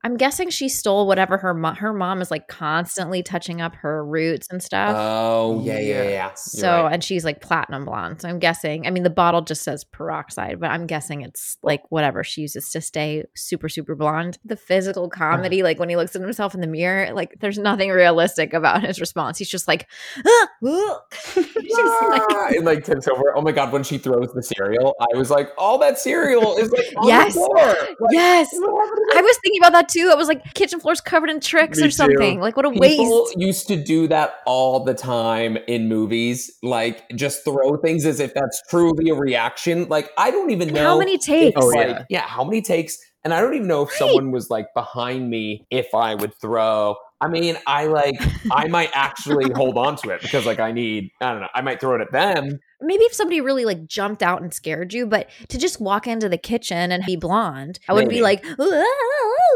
S1: I'm guessing she stole whatever her mom her mom is like constantly touching up her roots and stuff.
S3: Oh, yeah, yeah, yeah.
S2: Yeah.
S3: You're
S1: so
S3: right.
S1: and she's like platinum blonde. So I'm guessing. I mean, the bottle just says peroxide, but I'm guessing it's like whatever she uses to stay super super blonde. The physical
S3: Uh-huh.
S1: comedy, like when he looks at himself in the mirror, like there's nothing realistic about his response. He's just like, "Ah, ooh." He's just like-
S3: Ah, and like tips over. Oh my god, when she throws the cereal, I was like, all that cereal is like on
S1: Yes.
S3: the floor. Like,
S1: yes.
S3: what happened to
S1: I was thinking about that too. I was like, kitchen floor's covered in tricks
S2: Me
S1: or something.
S2: too.
S1: Like, what a
S3: the- People
S1: waste.
S3: used to do that all the time in movies, like just throw things as if that's truly a reaction. Like I don't even
S1: And
S3: know
S1: how many takes?
S2: Oh,
S3: like,
S2: yeah.
S3: yeah, how many takes? And I don't even know if
S1: Right.
S3: someone was like behind me if I would throw. I mean, I like, I might actually hold on to it because like I need, I don't know, I might throw it at them.
S1: maybe if somebody really like jumped out and scared you, but to just walk into the kitchen and be blonde, I would be
S3: Maybe.
S1: like,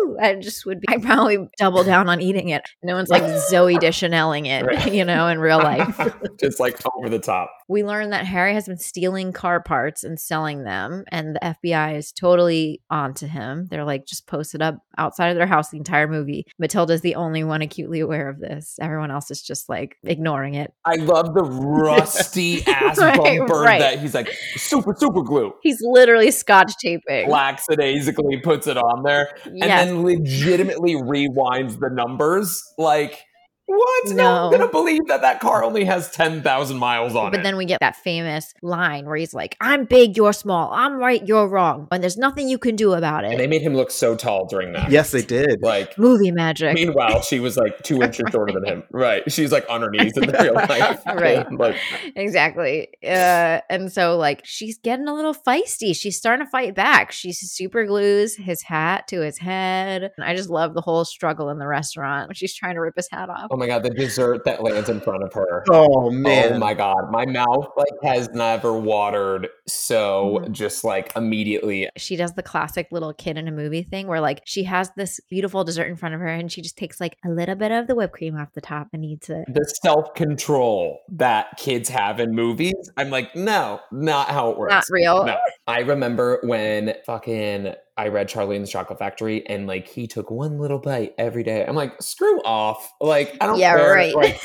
S1: "Ooh," I just would be, I probably double down on eating it. No one's like Zoe Deschanelling it,
S3: Right.
S1: you know, in real life.
S3: Just like over the top.
S1: We learn that Harry has been stealing car parts and selling them, and the FBI is totally onto him. They're like just posted up outside of their house the entire movie. Matilda's the only one acutely aware of this. Everyone else is just like ignoring it.
S3: I love the rusty ass
S1: Right,
S3: bumper
S1: right.
S3: that he's like super super glue.
S1: He's literally scotch taping.
S3: Lackadaisically puts it on there and
S1: Yes.
S3: then legitimately rewinds the numbers. Like What?
S1: No.
S3: I'm gonna believe that that car only has ten thousand miles on
S1: But
S3: it.
S1: then we get that famous line where he's like, I'm big, you're small. I'm right, you're wrong. And there's nothing you can do about
S3: and they
S1: it.
S3: made him look so tall during that.
S2: Yes, they did.
S3: Like
S1: Movie magic.
S3: meanwhile, she was like two inches shorter than him. Right. She's like on her knees in the real life.
S1: Right.
S3: Like
S1: exactly. Uh, and so, like, she's getting a little feisty. She's starting to fight back. She super glues his hat to his head. And I just love the whole struggle in the restaurant when she's trying to rip his hat off.
S3: oh my god, the dessert that lands in front of her.
S2: oh man,
S3: Oh my god, my mouth like has never watered so
S1: Mhm.
S3: just like immediately.
S1: she does the classic little kid in a movie thing where like she has this beautiful dessert in front of her and she just takes like a little bit of the whipped cream off the top and eats it.
S3: The self control that kids have in movies, I'm like, no, not how it works.
S1: Not real.
S3: No. I remember when fucking I read Charlie and the Chocolate Factory and like he took one little bite every day. I'm like, screw off. Like, I don't
S1: Yeah,
S3: care.
S1: right.
S3: Like,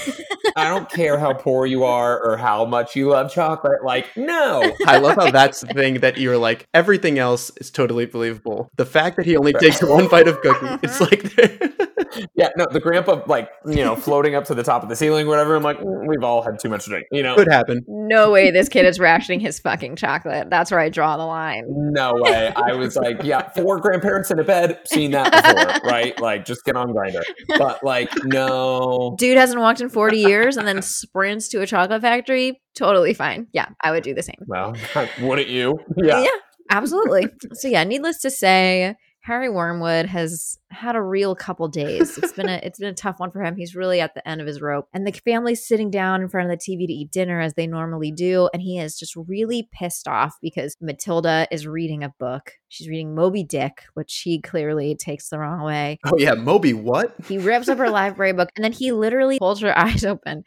S3: I don't care how poor you are or how much you love chocolate. Like, no.
S2: I love how that's the thing that you're like, everything else is totally believable. The fact that he only takes one bite of cookie, it's
S1: Mm-hmm.
S2: like,
S3: Yeah, no, the grandpa like, you know, floating up to the top of the ceiling or whatever. I'm like, "Mm, we've all had too much to drink. You know,
S2: could happen.
S1: No way this kid is rationing his fucking chocolate. That's where I draw the line.
S3: no way. I was like, yeah, four grandparents in a bed, seen that before, right? Like, just get on grinder. But like, no.
S1: Dude hasn't walked in 40 years and then sprints to a chocolate factory. Totally fine. Yeah, I would do the same.
S3: Well, wouldn't you? Yeah.
S1: absolutely. so yeah, needless to say, Harry Wormwood has had a real couple days. It's been a it's been a tough one for him. He's really at the end of his rope. And the family's sitting down in front of the TV to eat dinner as they normally do, and he is just really pissed off because Matilda is reading a book. She's reading Moby Dick, which he clearly takes the wrong way.
S2: Oh yeah, Moby, what?
S1: He rips up her library book and then he literally holds her eyes open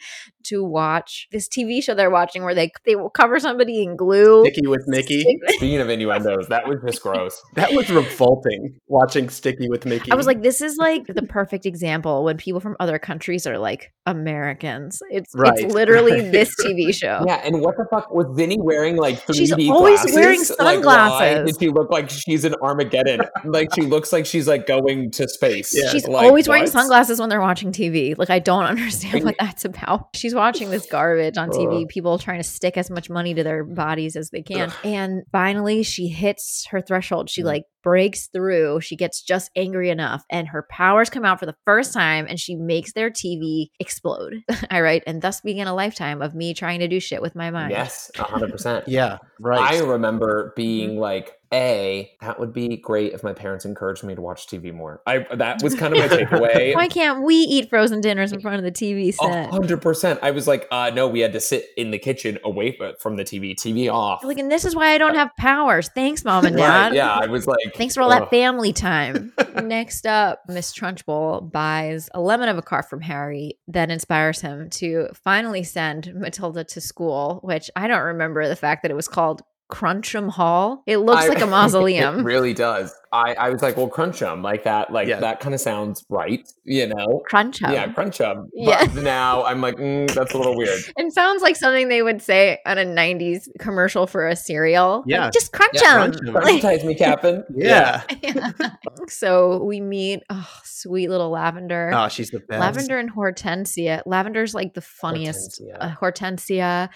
S1: to watch this TV show they're watching where they they cover somebody in glue.
S2: Sticky with Mickey.
S1: Stick-
S3: Speaking of innuendos, that was just gross.
S2: That was revolting watching Sticky with Mickey.
S1: I was like, this is like the perfect example when people from other countries are like Americans. It's
S2: Right,
S1: it's literally
S2: right.
S1: this TV show.
S3: Yeah, and what the fuck was Zinni wearing? Like 3D
S1: Oh. She's always
S3: glasses?
S1: wearing
S3: Like, why
S1: sunglasses.
S3: did she look like she's in Armageddon? like she looks like she's like going to space.
S2: Yeah.
S1: She's
S3: Like,
S1: always wearing
S3: what?
S1: sunglasses when they're watching TV. Like I don't understand what that's about. She's watching this garbage on TV,
S3: Ugh.
S1: people trying to stick as much money to their bodies as they can. And finally she hits her threshold. She
S3: Mm.
S1: like breaks through. She gets just angry enough and her powers come out for the first time and she makes their TV explode. I write, and thus began a lifetime of me trying to do shit with my mind.
S3: Yes, hundred percent.
S2: yeah,
S3: I
S2: right.
S3: remember
S1: Mm-hmm.
S3: being like, "A, that would be great if my parents encouraged me to watch TV more." I that was kind of my takeaway.
S1: Why can't we eat frozen dinners in front of the TV set?
S3: hundred percent. I was like, uh, "No, we had to sit in the kitchen away from the TV, TV off."
S1: Like, and this is why I don't have powers. Thanks, mom and
S3: Right,
S1: dad.
S3: yeah, I was like,
S1: Thanks for all
S3: ugh.
S1: that family time. Next up, Miss Trunchbull buys a lemon of a car from Harry that inspires him to finally send Matilda to school, which I don't remember the fact that it was called Crunchum Hall. It looks
S3: I-
S1: like a mausoleum.
S3: It really does. I, I was like, well, crunch 'em, like that, like
S2: Yeah.
S3: that kind of sounds right, you know?
S1: Crunchum.
S3: Yeah, crunch 'em.
S1: Yeah.
S3: But now I'm like, mm, that's a little weird.
S1: It sounds like something they would say on a 90s commercial for a cereal. Like,
S2: Yeah.
S1: just crunch
S3: Yeah,
S1: them.
S2: crunch 'em.
S3: Traumatize me, Captain.
S2: yeah.
S1: so we meet oh, sweet little Lavender.
S2: Oh, she's the best.
S1: Lavender and Hortensia. Lavender's like the funniest
S3: Hortensia.
S1: Hortensia. Uh, Hortensia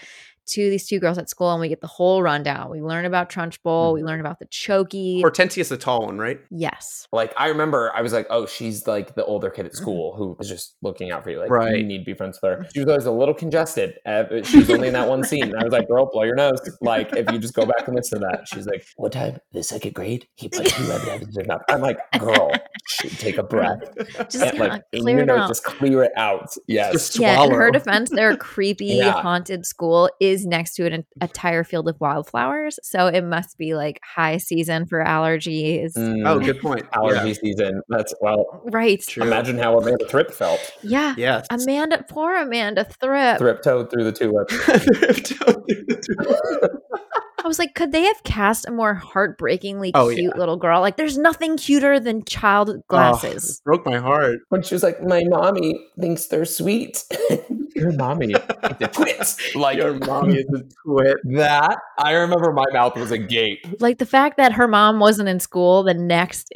S1: to these two girls at school, and we get the whole rundown. We learn about Trunchbull.
S3: Mm-hmm.
S1: We learn about the Choki.
S2: Hortensia's the tall one, right?
S1: yes.
S3: Like I remember, I was like, "Oh, she's like the older kid at school who was just looking out for you. Like,
S2: Right.
S3: you need to be friends with her." She was always a little congested. Uh, but she was only in that one scene, and I was like, "Girl, blow your nose!" Like, if you just go back and listen to that, she's like, "One time, the second grade, he put two rabbits in up." I'm like, "Girl, sh- take a breath.
S1: Just
S3: And,
S1: yeah,
S3: like
S1: clear
S3: you
S1: it
S3: know,
S1: out.
S3: just clear it out. Yes.
S2: Just
S1: Yeah, in her
S2: swallow.
S1: defense, their creepy
S3: Yeah. Mm-hmm.
S1: haunted school is next to an entire field of wildflowers. So it must be like high season for allergies.
S3: Mm,
S2: Oh, good point.
S3: allergy season. That's well.
S1: Right.
S2: True.
S3: Imagine how Amanda Thrip felt.
S1: Yeah.
S2: Yeah. Yes.
S1: Amanda, poor Amanda Thrip.
S3: Thrip toed through the tulips.
S1: I was like, could they have cast a more heartbreakingly
S2: Oh, yeah.
S1: cute little girl? Like, there's nothing cuter than child glasses.
S2: broke my heart.
S3: When she was like, "My mommy thinks they're sweet." Your mommy, the twits. Like
S2: Your mommy is a twit.
S3: that. I remember my mouth was agape.
S1: Like the fact that her mom wasn't in school the next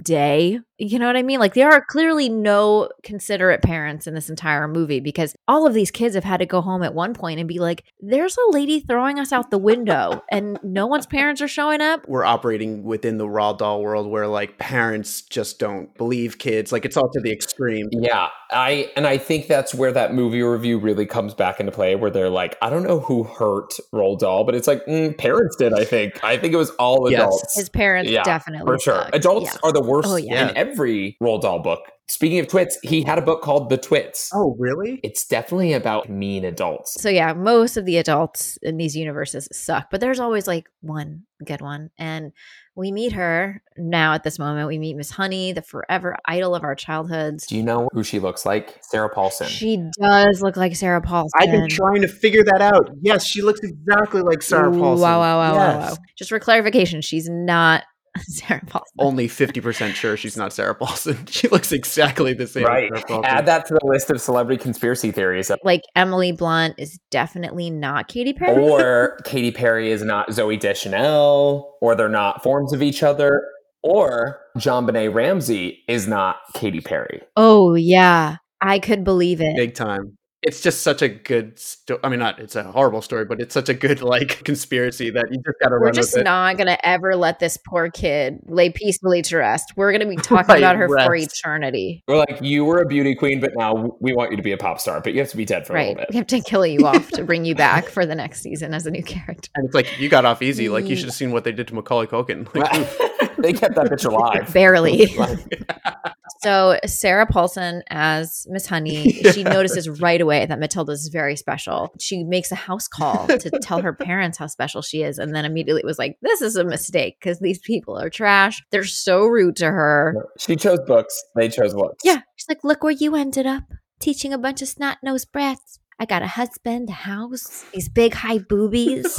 S1: day. You know what I mean? Like there are clearly no considerate parents in this entire movie because all of these kids have had to go home at one point and be like, there's a lady throwing us out the window and no one's parents are showing up.
S2: We're operating within the raw doll world where like parents just don't believe kids. Like it's all to the extreme.
S3: Yeah, I and I think that's where that movie review really comes back into play, where they're like, I don't know who hurt Roald Dahl, but it's like mm, parents did. I think. I think it was all
S2: Yes.
S3: adults.
S1: His parents
S3: Yeah,
S1: definitely.
S3: for sure.
S1: sucked.
S3: Adults
S1: Yeah.
S3: are the worst
S1: Oh, yeah.
S3: in every Roald Dahl book. Speaking of twits, he had a book called The Twits.
S2: Oh, really?
S3: It's definitely about mean adults.
S1: So yeah, most of the adults in these universes suck, but there's always like one good one. And we meet her now at this moment. We meet Miss Honey, the forever idol of our childhoods.
S3: Do you know who she looks like? Sarah Paulson.
S1: She does look like Sarah Paulson.
S2: I've been trying to figure that out. Yes, she looks exactly like Sarah
S1: Ooh,
S2: Paulson.
S1: Wow, wow, wow, wow,
S2: Yes.
S1: wow. Just for clarification, she's not Sarah Paulson.
S2: Only 50% sure she's not Sarah Paulson. She looks exactly the same. as
S3: right.
S2: Sarah Paulson.
S3: Add that to the list of celebrity conspiracy theories.
S1: Like Emily Blunt is definitely not Katy Perry.
S3: Or Katy Perry is not Zoe Deschanel, or they're not forms of each other, or John Benet Ramsey is not Katy Perry.
S1: oh yeah, I could believe it.
S2: Big time. It's just such a good story. I mean, not it's a horrible story, but it's such a good like conspiracy that you just got to
S1: We're
S2: run
S1: just
S2: with it.
S1: not going to ever let this poor kid lay peacefully to rest. We're going to be talking
S2: Right,
S1: about her for
S2: rest.
S1: eternity.
S3: We're like, you were a beauty queen, but now we want you to be a pop star, but you have to be dead for a
S1: Right.
S3: little
S1: We
S3: bit.
S1: have to kill you off to bring you back for the next season as a new character.
S2: and it's like you got off easy. Like you
S1: Mm.
S2: should have seen what they did to Macaulay Culkin. Like,
S3: they kept that bitch alive.
S1: Barely.
S3: Like,
S1: So Sarah Paulson as Miss Honey, she
S2: Yeah.
S1: notices right away that Matilda is very special. She makes a house call to tell her parents how special she is, and then immediately was like, "This is a mistake because these people are trash. They're so rude to her."
S3: she chose books. They chose looks.
S1: Yeah, she's like, "Look where you ended up, teaching a bunch of snot nosed brats." I got a husband, a house, these big high boobies.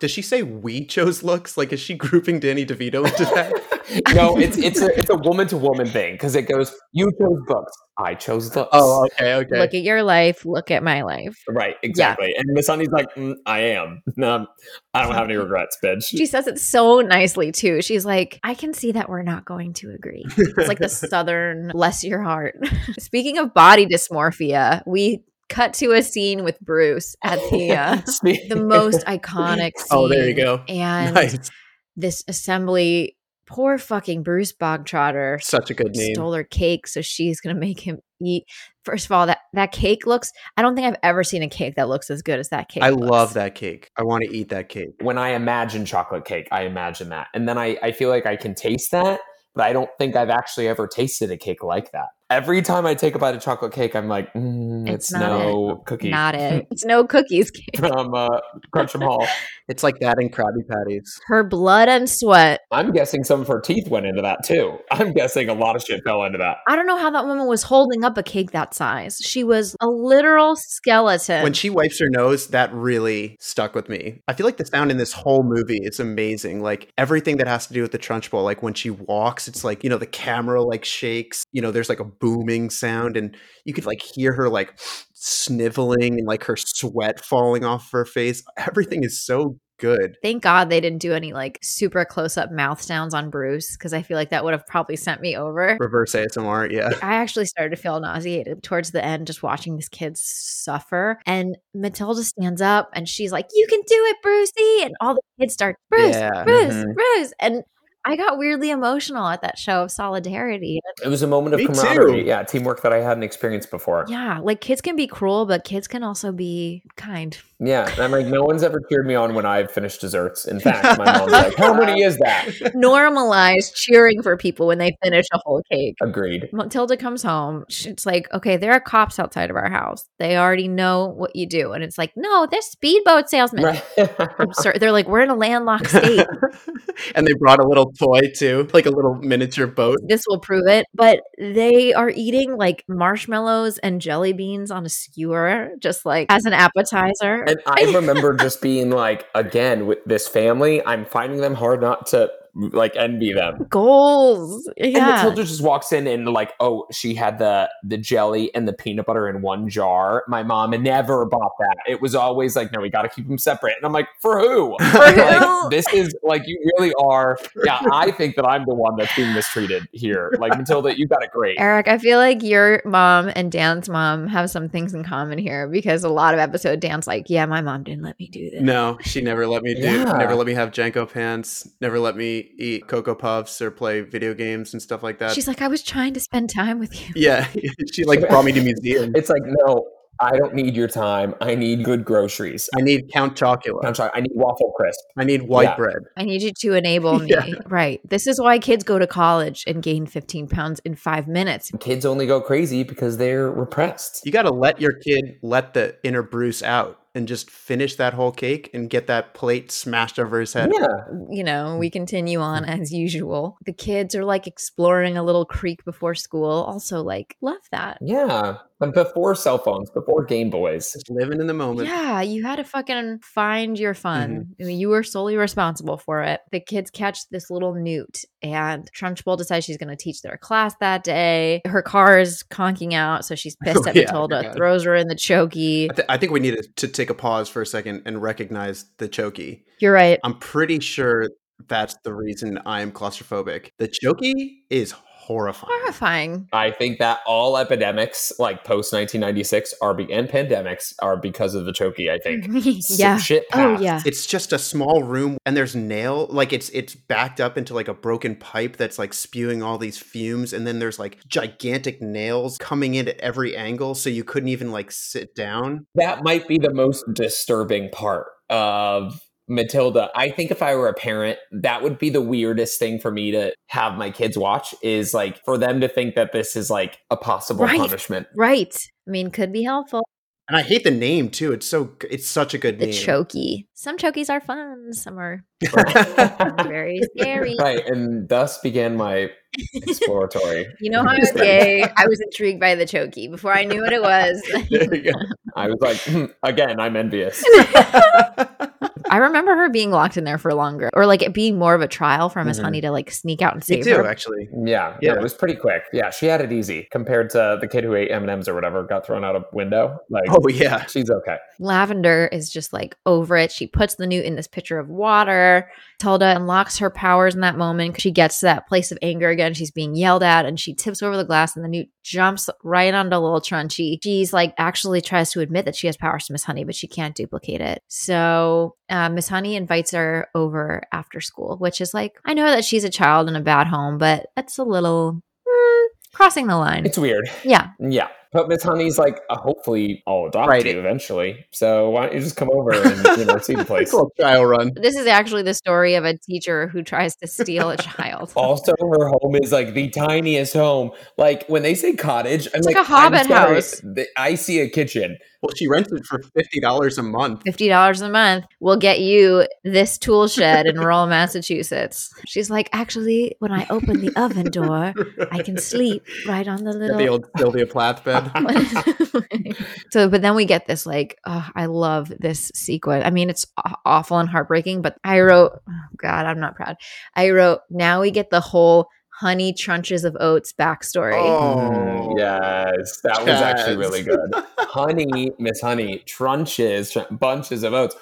S2: does she say we chose looks? Like, is she grouping Danny DeVito into that?
S3: no, it's it's a it's a woman to woman thing because it goes. You chose books. I chose looks.
S2: oh, okay, okay.
S1: Look at your life. Look at my life.
S3: right, exactly. And Miss Honey's like, mm, I am. No, I don't have any regrets, bitch.
S1: She says it so nicely too. She's like, I can see that we're not going to agree. It's like the southern bless your heart. Speaking of body dysmorphia, we cut to a scene with Bruce at the uh, the most iconic scene.
S2: oh, there you go.
S1: And
S2: Nice.
S1: this assembly, poor fucking Bruce Bogtrotter
S2: Such a good name.
S1: stole her cake, so she's gonna make him eat. First of all, that that cake looks. I don't think I've ever seen a cake that looks as good as that cake.
S2: I
S1: looks.
S2: love that cake. I want to eat that cake.
S3: when I imagine chocolate cake, I imagine that, and then I I feel like I can taste that, but I don't think I've actually ever tasted a cake like that. Every time I take a bite of chocolate cake, I'm like, mm,
S1: It's
S3: it's,
S1: not
S3: no cookie
S1: Not it. It's no cookies cake.
S3: from uh, Crunch'em Hall.
S2: It's like that in Krabby Patties.
S1: her blood and sweat.
S3: I'm guessing some of her teeth went into that too. I'm guessing a lot of shit fell into that.
S1: I don't know how that woman was holding up a cake that size. She was a literal skeleton.
S2: When she wipes her nose, that really stuck with me. I feel like the sound in this whole movie is amazing. Like everything that has to do with the Trunch Bowl, like when she walks, it's like, you know, the camera like shakes, you know, there's like a booming sound, and you could like hear her like sniveling and like her sweat falling off her face. Everything is so good.
S1: Thank God they didn't do any like super close up mouth sounds on Bruce because I feel like that would have probably sent me over.
S2: Reverse ASMR, yeah.
S1: I actually started to feel nauseated towards the end just watching these kids suffer. And Matilda stands up and she's like, You can do it, Brucey. And all the kids start, Bruce,
S2: Yeah,
S1: Bruce,
S3: mhm.
S1: Bruce. And I got weirdly emotional at that show of solidarity.
S3: It was a moment of
S2: Me too.
S3: camaraderie. Yeah, teamwork that I hadn't experienced before. Yeah.
S1: Yeah, like kids can be cruel, but kids can also be kind.
S3: And I'm like, no one's ever cheered me on when I've finished desserts. In fact, my mom's like, how many is that?
S1: Normalize cheering for people when they finish a whole cake.
S3: Agreed.
S1: Matilda comes home. It's like, okay, there are cops outside of our house. They already know what you do. And it's like, no, they're speedboat salesmen.
S3: Right.
S1: I'm sorry. They're like, we're in a landlocked state.
S2: and they brought a little toy too, like a little miniature boat.
S1: this will prove it. But they are eating like marshmallows and jelly beans on a skewer, just like as an appetizer.
S3: and I remember just being like, again, with this family, I'm finding them hard not to like envy them.
S1: Goals.
S3: And
S1: Yeah.
S3: Matilda just walks in and like, oh, she had the the jelly and the peanut butter in one jar. My mom never bought that. It was always like, no, we got to keep them separate. And I'm like, for who?
S1: who?
S3: like, this is like you really are. Yeah, I think that I'm the one that's being mistreated here. Like Matilda, you got it great.
S1: Eric, I feel like your mom and Dan's mom have some things in common here because a lot of episode Dan's like, yeah, my mom didn't let me do this.
S2: No, she never let me do.
S3: Yeah.
S2: Never let me have Janko pants. Never let me eat cocoa puffs or play video games and stuff like that.
S1: She's like, I was trying to spend time with you.
S2: yeah, she like brought me to museums.
S3: It's like, no, I don't need your time. I need good groceries.
S2: I need Count Chocula.
S3: I'm sorry. I need waffle crisp.
S2: I need white
S3: Yeah.
S2: bread.
S1: I need you to enable me.
S2: Yeah.
S1: Right. This is why kids go to college and gain 15 pounds in five minutes.
S3: Kids only go crazy because they're repressed.
S2: You got to let your kid let the inner Bruce out and just finish that whole cake and get that plate smashed over his head.
S3: Yeah.
S1: You know, we continue on
S2: Mm-hmm.
S1: as usual. The kids are like exploring a little creek before school. Also, like, love that.
S3: Yeah. But before cell phones, before Game Boys.
S2: Just living in the moment. Mm-hmm.
S1: Yeah, you had to fucking find your fun. I mean, You were solely responsible for it. The kids catch this little newt, and Trunchbull decides she's going to teach their class that day. Her car is conking out, so she's pissed at
S2: yeah, oh
S1: Matilda,
S2: yeah.
S1: throws her in the chokey.
S2: I, th- I think we need to take a pause for a second and recognize the choky.
S1: You're right.
S2: I'm pretty sure that's the reason I am claustrophobic. The choky is horrifying.
S1: Horrifying.
S3: I think that all epidemics, like post 1996, are be- and pandemics are because of the chokey. I think. S-
S1: Mm-hmm. yeah.
S3: Shit.
S1: Oh,
S3: Passed.
S1: yeah.
S2: It's just a small room and there's nail like it's it's backed up into like a broken pipe that's like spewing all these fumes and then there's like gigantic nails coming in at every angle so you couldn't even like sit down.
S3: That might be the most disturbing part of Matilda. I think if I were a parent, that would be the weirdest thing for me to have my kids watch is like for them to think that this is like a possible
S1: Right.
S3: punishment.
S1: Right. I mean, could be helpful.
S2: And I hate the name too. It's so it's such a good
S1: The
S2: name.
S1: chokey. Some chokeys are fun, some are very scary.
S3: right. And thus began my exploratory.
S1: You know, how I was gay. I was intrigued by the chokey before I knew what it was.
S2: There you go.
S3: I was like, "Hmm, again, I'm envious.
S1: I remember her being locked in there for longer, or like it being more of a trial for Miss
S3: Mhm.
S1: Honey to like sneak out and
S2: Mm-hmm. Me
S1: save
S2: too,
S1: her.
S2: actually.
S3: Yeah, yeah,
S2: Yeah.
S3: it was pretty quick. Yeah, she had it easy compared to the kid who ate M and M's or whatever got thrown out a window. Like,
S2: Oh yeah.
S3: she's okay.
S1: Lavender is just like over it. She puts the newt in this pitcher of water. Tilda unlocks her powers in that moment. 'cause She gets to that place of anger again. She's being yelled at, and she tips over the glass, and the newt jumps right onto little Trunchy. She's like actually tries to admit that she has powers to Miss Honey, but she can't duplicate it. So uh, Miss Honey invites her over after school, which is like I know that she's a child in a bad home, but that's a little mm, crossing the line.
S3: It's weird.
S1: Yeah.
S3: Yeah, but Miss Honey's like, uh, hopefully, I'll adopt
S2: Right.
S3: you eventually. So why don't you just come over and you know see the place?
S2: Cool trial run.
S1: This is actually the story of a teacher who tries to steal a child.
S3: Also, her home is like the tiniest home. Like when they say cottage, I'm
S1: It's
S3: like,
S1: like a
S3: "I'm
S1: hobbit
S3: sorry,
S1: house."
S3: th- I see a kitchen.
S2: Well, she rents it for fifty dollars a month.
S1: $50 a month will get you this tool shed in rural Massachusetts. She's like, actually, when I open the oven door, I can sleep right on the
S2: At the
S1: little.
S2: old Sylvia Plath bed.
S1: so, but then we get this like, oh, I love this sequence. I mean, it's aw- awful and heartbreaking, but I wrote, oh God, I'm not proud. I wrote, now we get the whole honey trunches of oats backstory.
S2: oh
S3: Mm, yes, that was actually
S2: Chaz.
S3: really good. Honey, Miss Honey, trunches, tr- bunches of oats.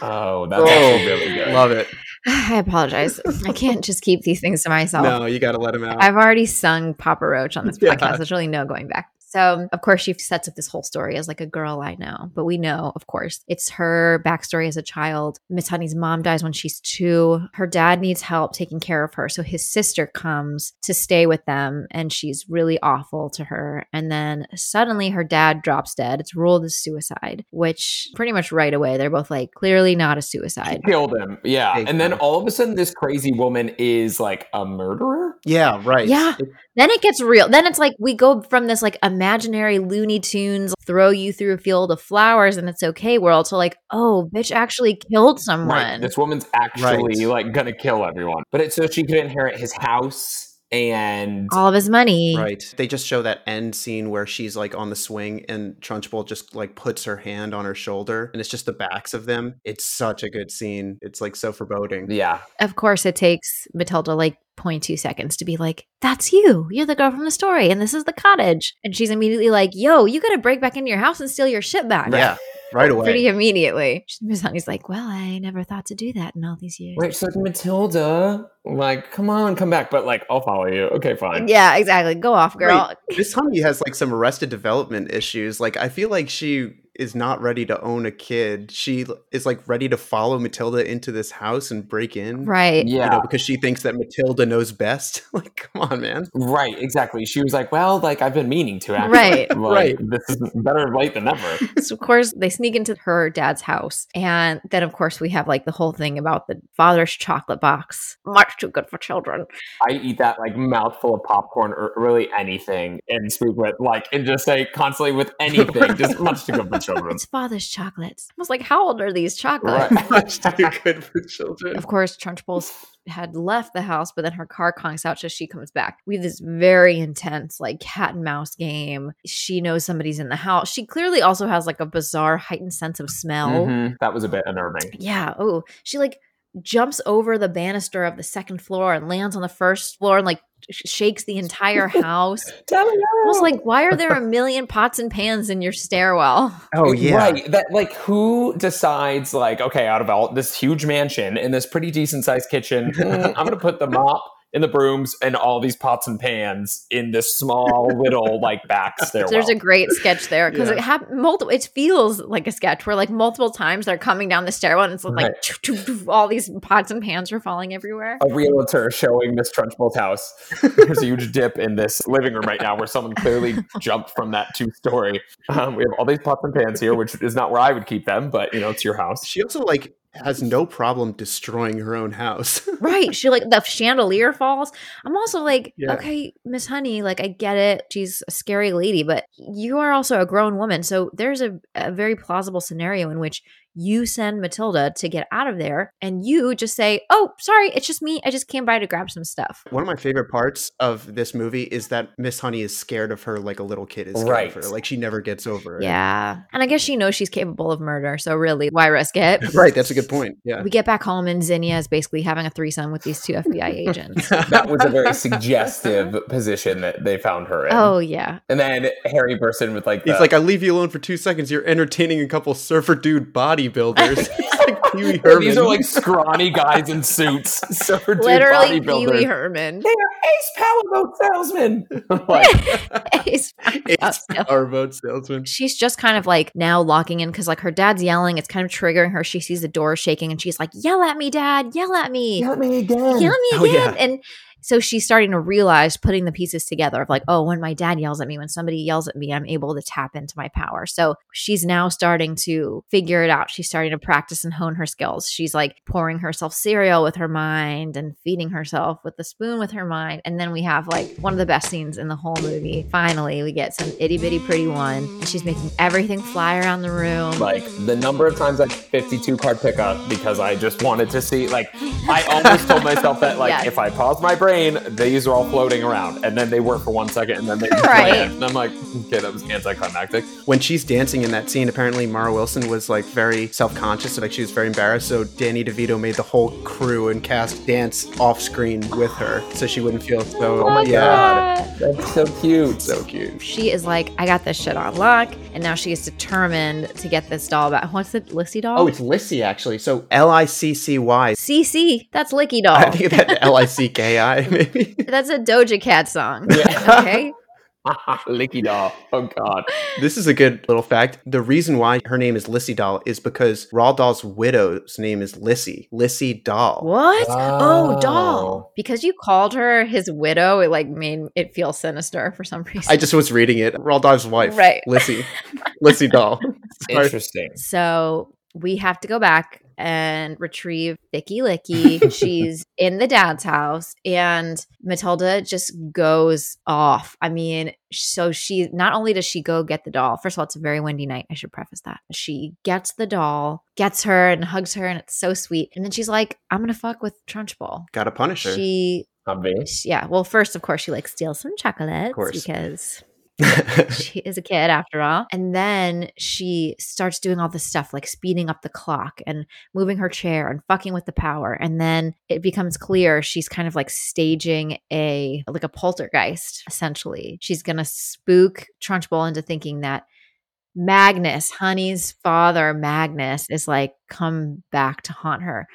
S3: Oh, that's actually really good.
S2: Love it.
S1: I apologize. I can't just keep these things to myself.
S2: No, you got to let him out.
S1: I've already sung Papa Roach on this
S2: Yeah.
S1: podcast. There's really no going back. So, of course, she sets up this whole story as like a girl I know, but we know, of course, it's her backstory as a child. Miss Honey's mom dies when she's two. Her dad needs help taking care of her. So his sister comes to stay with them and she's really awful to her. And then suddenly her dad drops dead. It's ruled as suicide, which pretty much right away, they're both like, clearly not a
S3: She
S1: suicide.
S3: killed him. Yeah.
S2: Big
S3: and then
S2: time.
S3: all of a sudden, this crazy woman is like a murderer.
S2: yeah, right.
S1: Yeah. Then it gets real. Then it's like we go from this like imaginary Looney Tunes throw you through a field of flowers and it's okay world to like, oh, bitch actually killed someone.
S3: Right. This woman's actually
S2: Right.
S3: like going to kill everyone. But it's so she could inherit his house and
S1: all of his money.
S2: Right. They just show that end scene where she's like on the swing and Trunchbull just like puts her hand on her shoulder and it's just the backs of them. It's such a good scene. It's like so foreboding.
S3: yeah,
S1: Of course, it takes Matilda like 0.2 seconds to be like, that's you. You're the girl from the story, and this is the cottage. And she's immediately like, yo, you got to break back into your house and steal your shit back.
S2: Yeah. Right away.
S1: Pretty immediately. Miss Honey's like, well, I never thought to do that in all these years.
S3: Wait, so it's Matilda, like, come on, come back. But like, I'll follow you. Okay, fine.
S1: Yeah, exactly. Go off, girl.
S2: Miss Honey has like some arrested development issues. Like I feel like she is not ready to own a kid. She is like ready to follow Matilda into this house and break in.
S1: Right.
S3: Yeah.
S2: You know, because she thinks that Matilda knows best. like, come on, man.
S3: Right, exactly. She was like, "Well, like I've been meaning to actually.
S1: Right.
S3: Like,
S2: Right.
S3: This is better late than never."
S1: So of course they sneak into her dad's house. And then of course we have like the whole thing about the father's chocolate box. Much too good for children.
S3: I eat that like mouthful of popcorn or really anything, and speak with like, and just say constantly with anything, just much too good for children.
S1: It's father's chocolates. I was like, how old are these chocolates?
S3: Right.
S2: Much too good for children.
S1: Of course, Trunchbull's had left the house, but then her car conks out, so she comes back. We have this very intense, like cat and mouse game. She knows somebody's in the house. She clearly also has like a bizarre heightened sense of smell.
S3: Mhm. That was a bit unnerving.
S1: Yeah. Oh, she like jumps over the banister of the second floor and lands on the first floor and like sh- shakes the entire house. I was like, why are there a million pots and pans in your stairwell?
S2: Oh yeah.
S3: Right. That like who decides like okay, out of all this huge mansion and this pretty decent sized kitchen, mm, I'm gonna put the mop and the brooms and all these pots and pans in this small little like back stairwell.
S1: There's a great sketch there because
S2: Yeah.
S1: it happened multiple. It feels like a sketch where like multiple times they're coming down the stairwell and it's like
S3: Right.
S1: choo, choo, choo, all these pots and pans are falling everywhere.
S3: a realtor showing Miss Trunchbull's house. There's a huge dip in this living room right now where someone clearly jumped from that two story. Um, we have all these pots and pans here, which is not where I would keep them, but you know, it's your house.
S2: She also like has no problem destroying her own house.
S1: Right. She like the chandelier falls. I'm also like,
S2: Yeah.
S1: okay, Miss Honey, like I get it. She's a scary lady, but you are also a grown woman. So there's a, a very plausible scenario in which you send Matilda to get out of there and you just say, oh, sorry, it's just me. I just came by to grab some stuff.
S2: One of my favorite parts of this movie is that Miss Honey is scared of her like a little kid is scared
S3: Right.
S2: of her. Like she never gets over it.
S1: Yeah. And I guess she knows she's capable of murder. So really, why risk it?
S2: Right, that's a good point. Yeah.
S1: We get back home and Zinnia is basically having a threesome with these two FBI agents.
S3: That was a very suggestive position that they found her in.
S1: oh, yeah.
S3: And then Harry burst in with like, the,
S2: He's like, I leave you alone for two seconds. You're entertaining a couple surfer dude bodybuilders. It's like Pee Wee Herman.
S3: these are like scrawny guys in suits. So for two
S1: Literally, Pee Wee
S3: bodybuilders.
S1: Herman.
S3: They are ace powerboat salesmen. like,
S1: Ace
S2: it's
S1: Powerboat
S2: our boat salesman.
S1: she's just kind of like now locking in because like her dad's yelling it's kind of triggering her she sees the door shaking and she's like yell at me dad yell at me
S3: Help me again.
S1: yell at
S2: Oh,
S1: me again
S2: yeah.
S1: and so she's starting to realize putting the pieces together of like oh when my dad yells at me when somebody yells at me i'm able to tap into my power so she's now starting to figure it out she's starting to practice and hone her skills she's like pouring herself cereal with her mind and feeding herself with the spoon with her mind and then we have like one of the best scenes in the whole movie finally we get some itty bitty pretty one and she's making everything fly around the room
S3: like the number of times I 52 card pickup because I just wanted to see like I almost told myself that like
S1: Yes.
S3: if I pause my brain these are all floating around and then they were for one second and then they
S1: Right.
S3: land and I'm like okay that was anticlimactic
S2: When she's dancing in that scene, apparently Mara Wilson was like very self conscious. Like she was very embarrassed. So Danny DeVito made the whole crew and cast dance off screen with her so she wouldn't feel so.
S1: Oh my
S2: yeah.
S1: God.
S3: that's so cute
S2: So cute.
S1: She is like, I got this shit on lock, and now she is determined to get this doll back. What's the Lissy doll?
S2: Oh, it's Lissy actually. So L I C C Y.
S1: CC. That's Licky
S2: I
S1: doll.
S2: think that L I C K I maybe.
S1: That's a Doja Cat song.
S3: Yeah.
S1: Okay.
S3: licky doll oh god
S2: This is a good little fact. The reason why her name is Lissy Doll is because Roald Dahl's widow's name is Lissy. Lissy Doll.
S1: What? Oh,
S3: Wow.
S1: doll. Because you called her his widow, it like made it feel sinister for some reason.
S2: I just was reading it. Roald Dahl's wife.
S1: Right.
S2: Lissy. Lissy Doll. Sorry.
S3: interesting
S1: So we have to go back and retrieve Vicky Licky. She's in the dad's house, and Matilda just goes off. I mean, so she not only does she go get the doll, first of all, it's a very windy night. I should preface that. She gets the doll, gets her, and hugs her, and it's so sweet. And then she's like, I'm going to fuck with Trunchbull.
S2: Gotta punish her.
S1: She
S3: Obvious.
S1: She- yeah. Well, first, of course, she like steals some chocolates
S2: course.
S1: because she is a kid after all. And then she starts doing all this stuff like speeding up the clock and moving her chair and fucking with the power. And then it becomes clear she's kind of like staging a like a poltergeist essentially. She's going to spook Trunchbull into thinking that Magnus, Honey's father, Magnus is like come back to haunt her.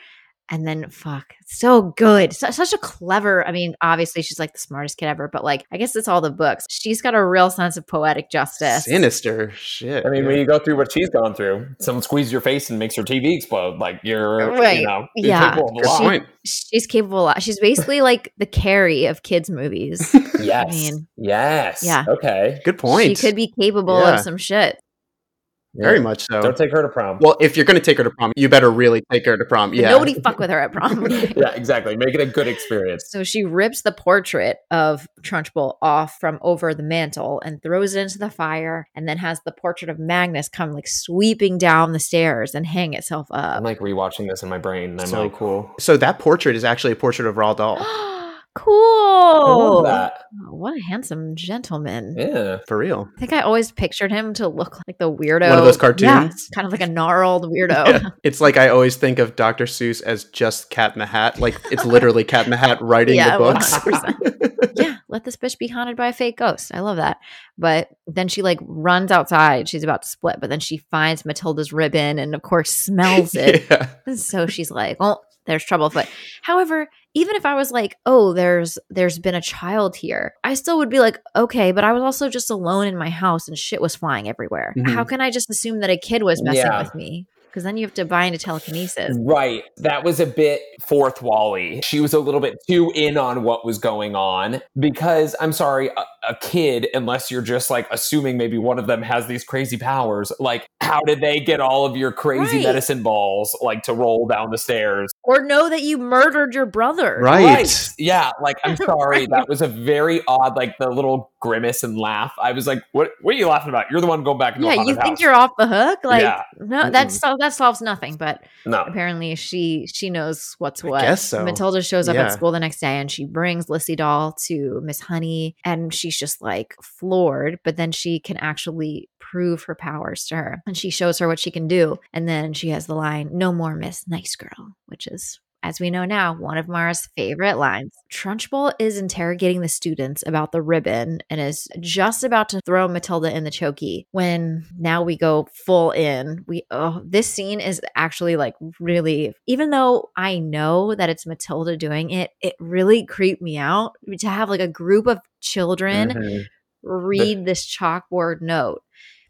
S1: And then fuck, so good. Su- such a clever, I mean, obviously she's like the smartest kid ever, but like I guess it's all the books. She's got a real sense of poetic justice.
S2: Sinister shit.
S3: I mean,
S2: yeah.
S3: when you go through what she's gone through, someone squeezes your face and makes your TV explode. Like you're,
S1: Right.
S3: you know, you're
S1: Yeah.
S3: capable of a
S2: Good
S3: lot.
S2: point.
S1: She's capable a lot. She's basically like the Carrie of kids movies.
S3: Yes.
S1: I mean,
S3: yes.
S1: yeah.
S3: Okay.
S2: Good point.
S1: She could be capable
S2: Yeah.
S1: of some shit.
S2: Very
S3: Yeah.
S2: much so.
S3: Don't take her to prom.
S2: well, if you're going to take her to prom, you better really take her to prom.
S1: But
S2: Yeah.
S1: Nobody fuck with her at prom. okay?
S3: yeah, exactly. Make it a good experience.
S1: So she rips the portrait of Trunchbull off from over the mantle and throws it into the fire, and then has the portrait of Magnus come like sweeping down the stairs and hang itself
S3: I'm
S1: up.
S3: like rewatching this in my brain, and I'm
S2: so
S3: like,
S2: cool. So that portrait is actually a portrait of Raw Dahl.
S3: I love
S1: cool.
S3: that.
S1: What a handsome gentleman.
S3: Yeah.
S2: For real.
S1: I think I always pictured him to look like the weirdo.
S2: One of those
S1: Yeah,
S2: cartoons.
S1: kind of like a gnarled weirdo.
S2: Yeah. It's like I always think of Dr. Seuss as just Cat in the Hat. Like it's literally Cat in the Hat writing
S1: Yeah,
S2: the books.
S1: 100%. yeah, let this bitch be haunted by a fake ghost. I love that. But then she like runs outside. She's about to split, but then she finds Matilda's ribbon and of course smells it.
S2: yeah.
S1: And so she's like, "Oh, there's trouble afoot." However, even if I was like, "Oh, there's there's been a child here," I still would be like, "Okay," but I was also just alone in my house and shit was flying everywhere.
S2: Mhm.
S1: How can I just assume that a kid was messing
S3: Mm-hmm. Yeah. Mm.
S1: with me? Because then you have to buy into telekinesis.
S3: Right. That was a bit fourth wally. She was a little bit too in on what was going on because I'm sorry, a, a kid, unless you're just like assuming maybe one of them has these crazy powers, like how did they get all of your crazy
S1: Right.
S3: medicine balls like to roll down the stairs?
S1: Or know that you murdered your brother.
S2: Right.
S3: Yeah. Like I'm sorry. That was a very odd, like the little grimace and laugh. I was like, what what are you laughing about? You're the one going back into the
S1: yeah, you
S3: haunted
S1: think
S3: house.
S1: you're off the hook? Like
S3: Yeah.
S1: no, that sol- that solves nothing. But
S3: no.
S1: apparently, she she knows what's what.
S2: guess so.
S1: Matilda shows up
S2: Yeah.
S1: at school the next day, and she brings Lissy Doll to Miss Honey, and she's just like floored. But then she can actually prove her powers to her, and she shows her what she can do. And then she has the line, "No more, Miss Nice Girl," which is. As we know now, one of Mara's favorite lines. Trunchbull is interrogating the students about the ribbon and is just about to throw Matilda in the chokey when now we go full in. We oh, this scene is actually like really even though I know that it's Matilda doing it, it really creeped me out to have like a group of children
S3: Mhm.
S1: read this chalkboard note.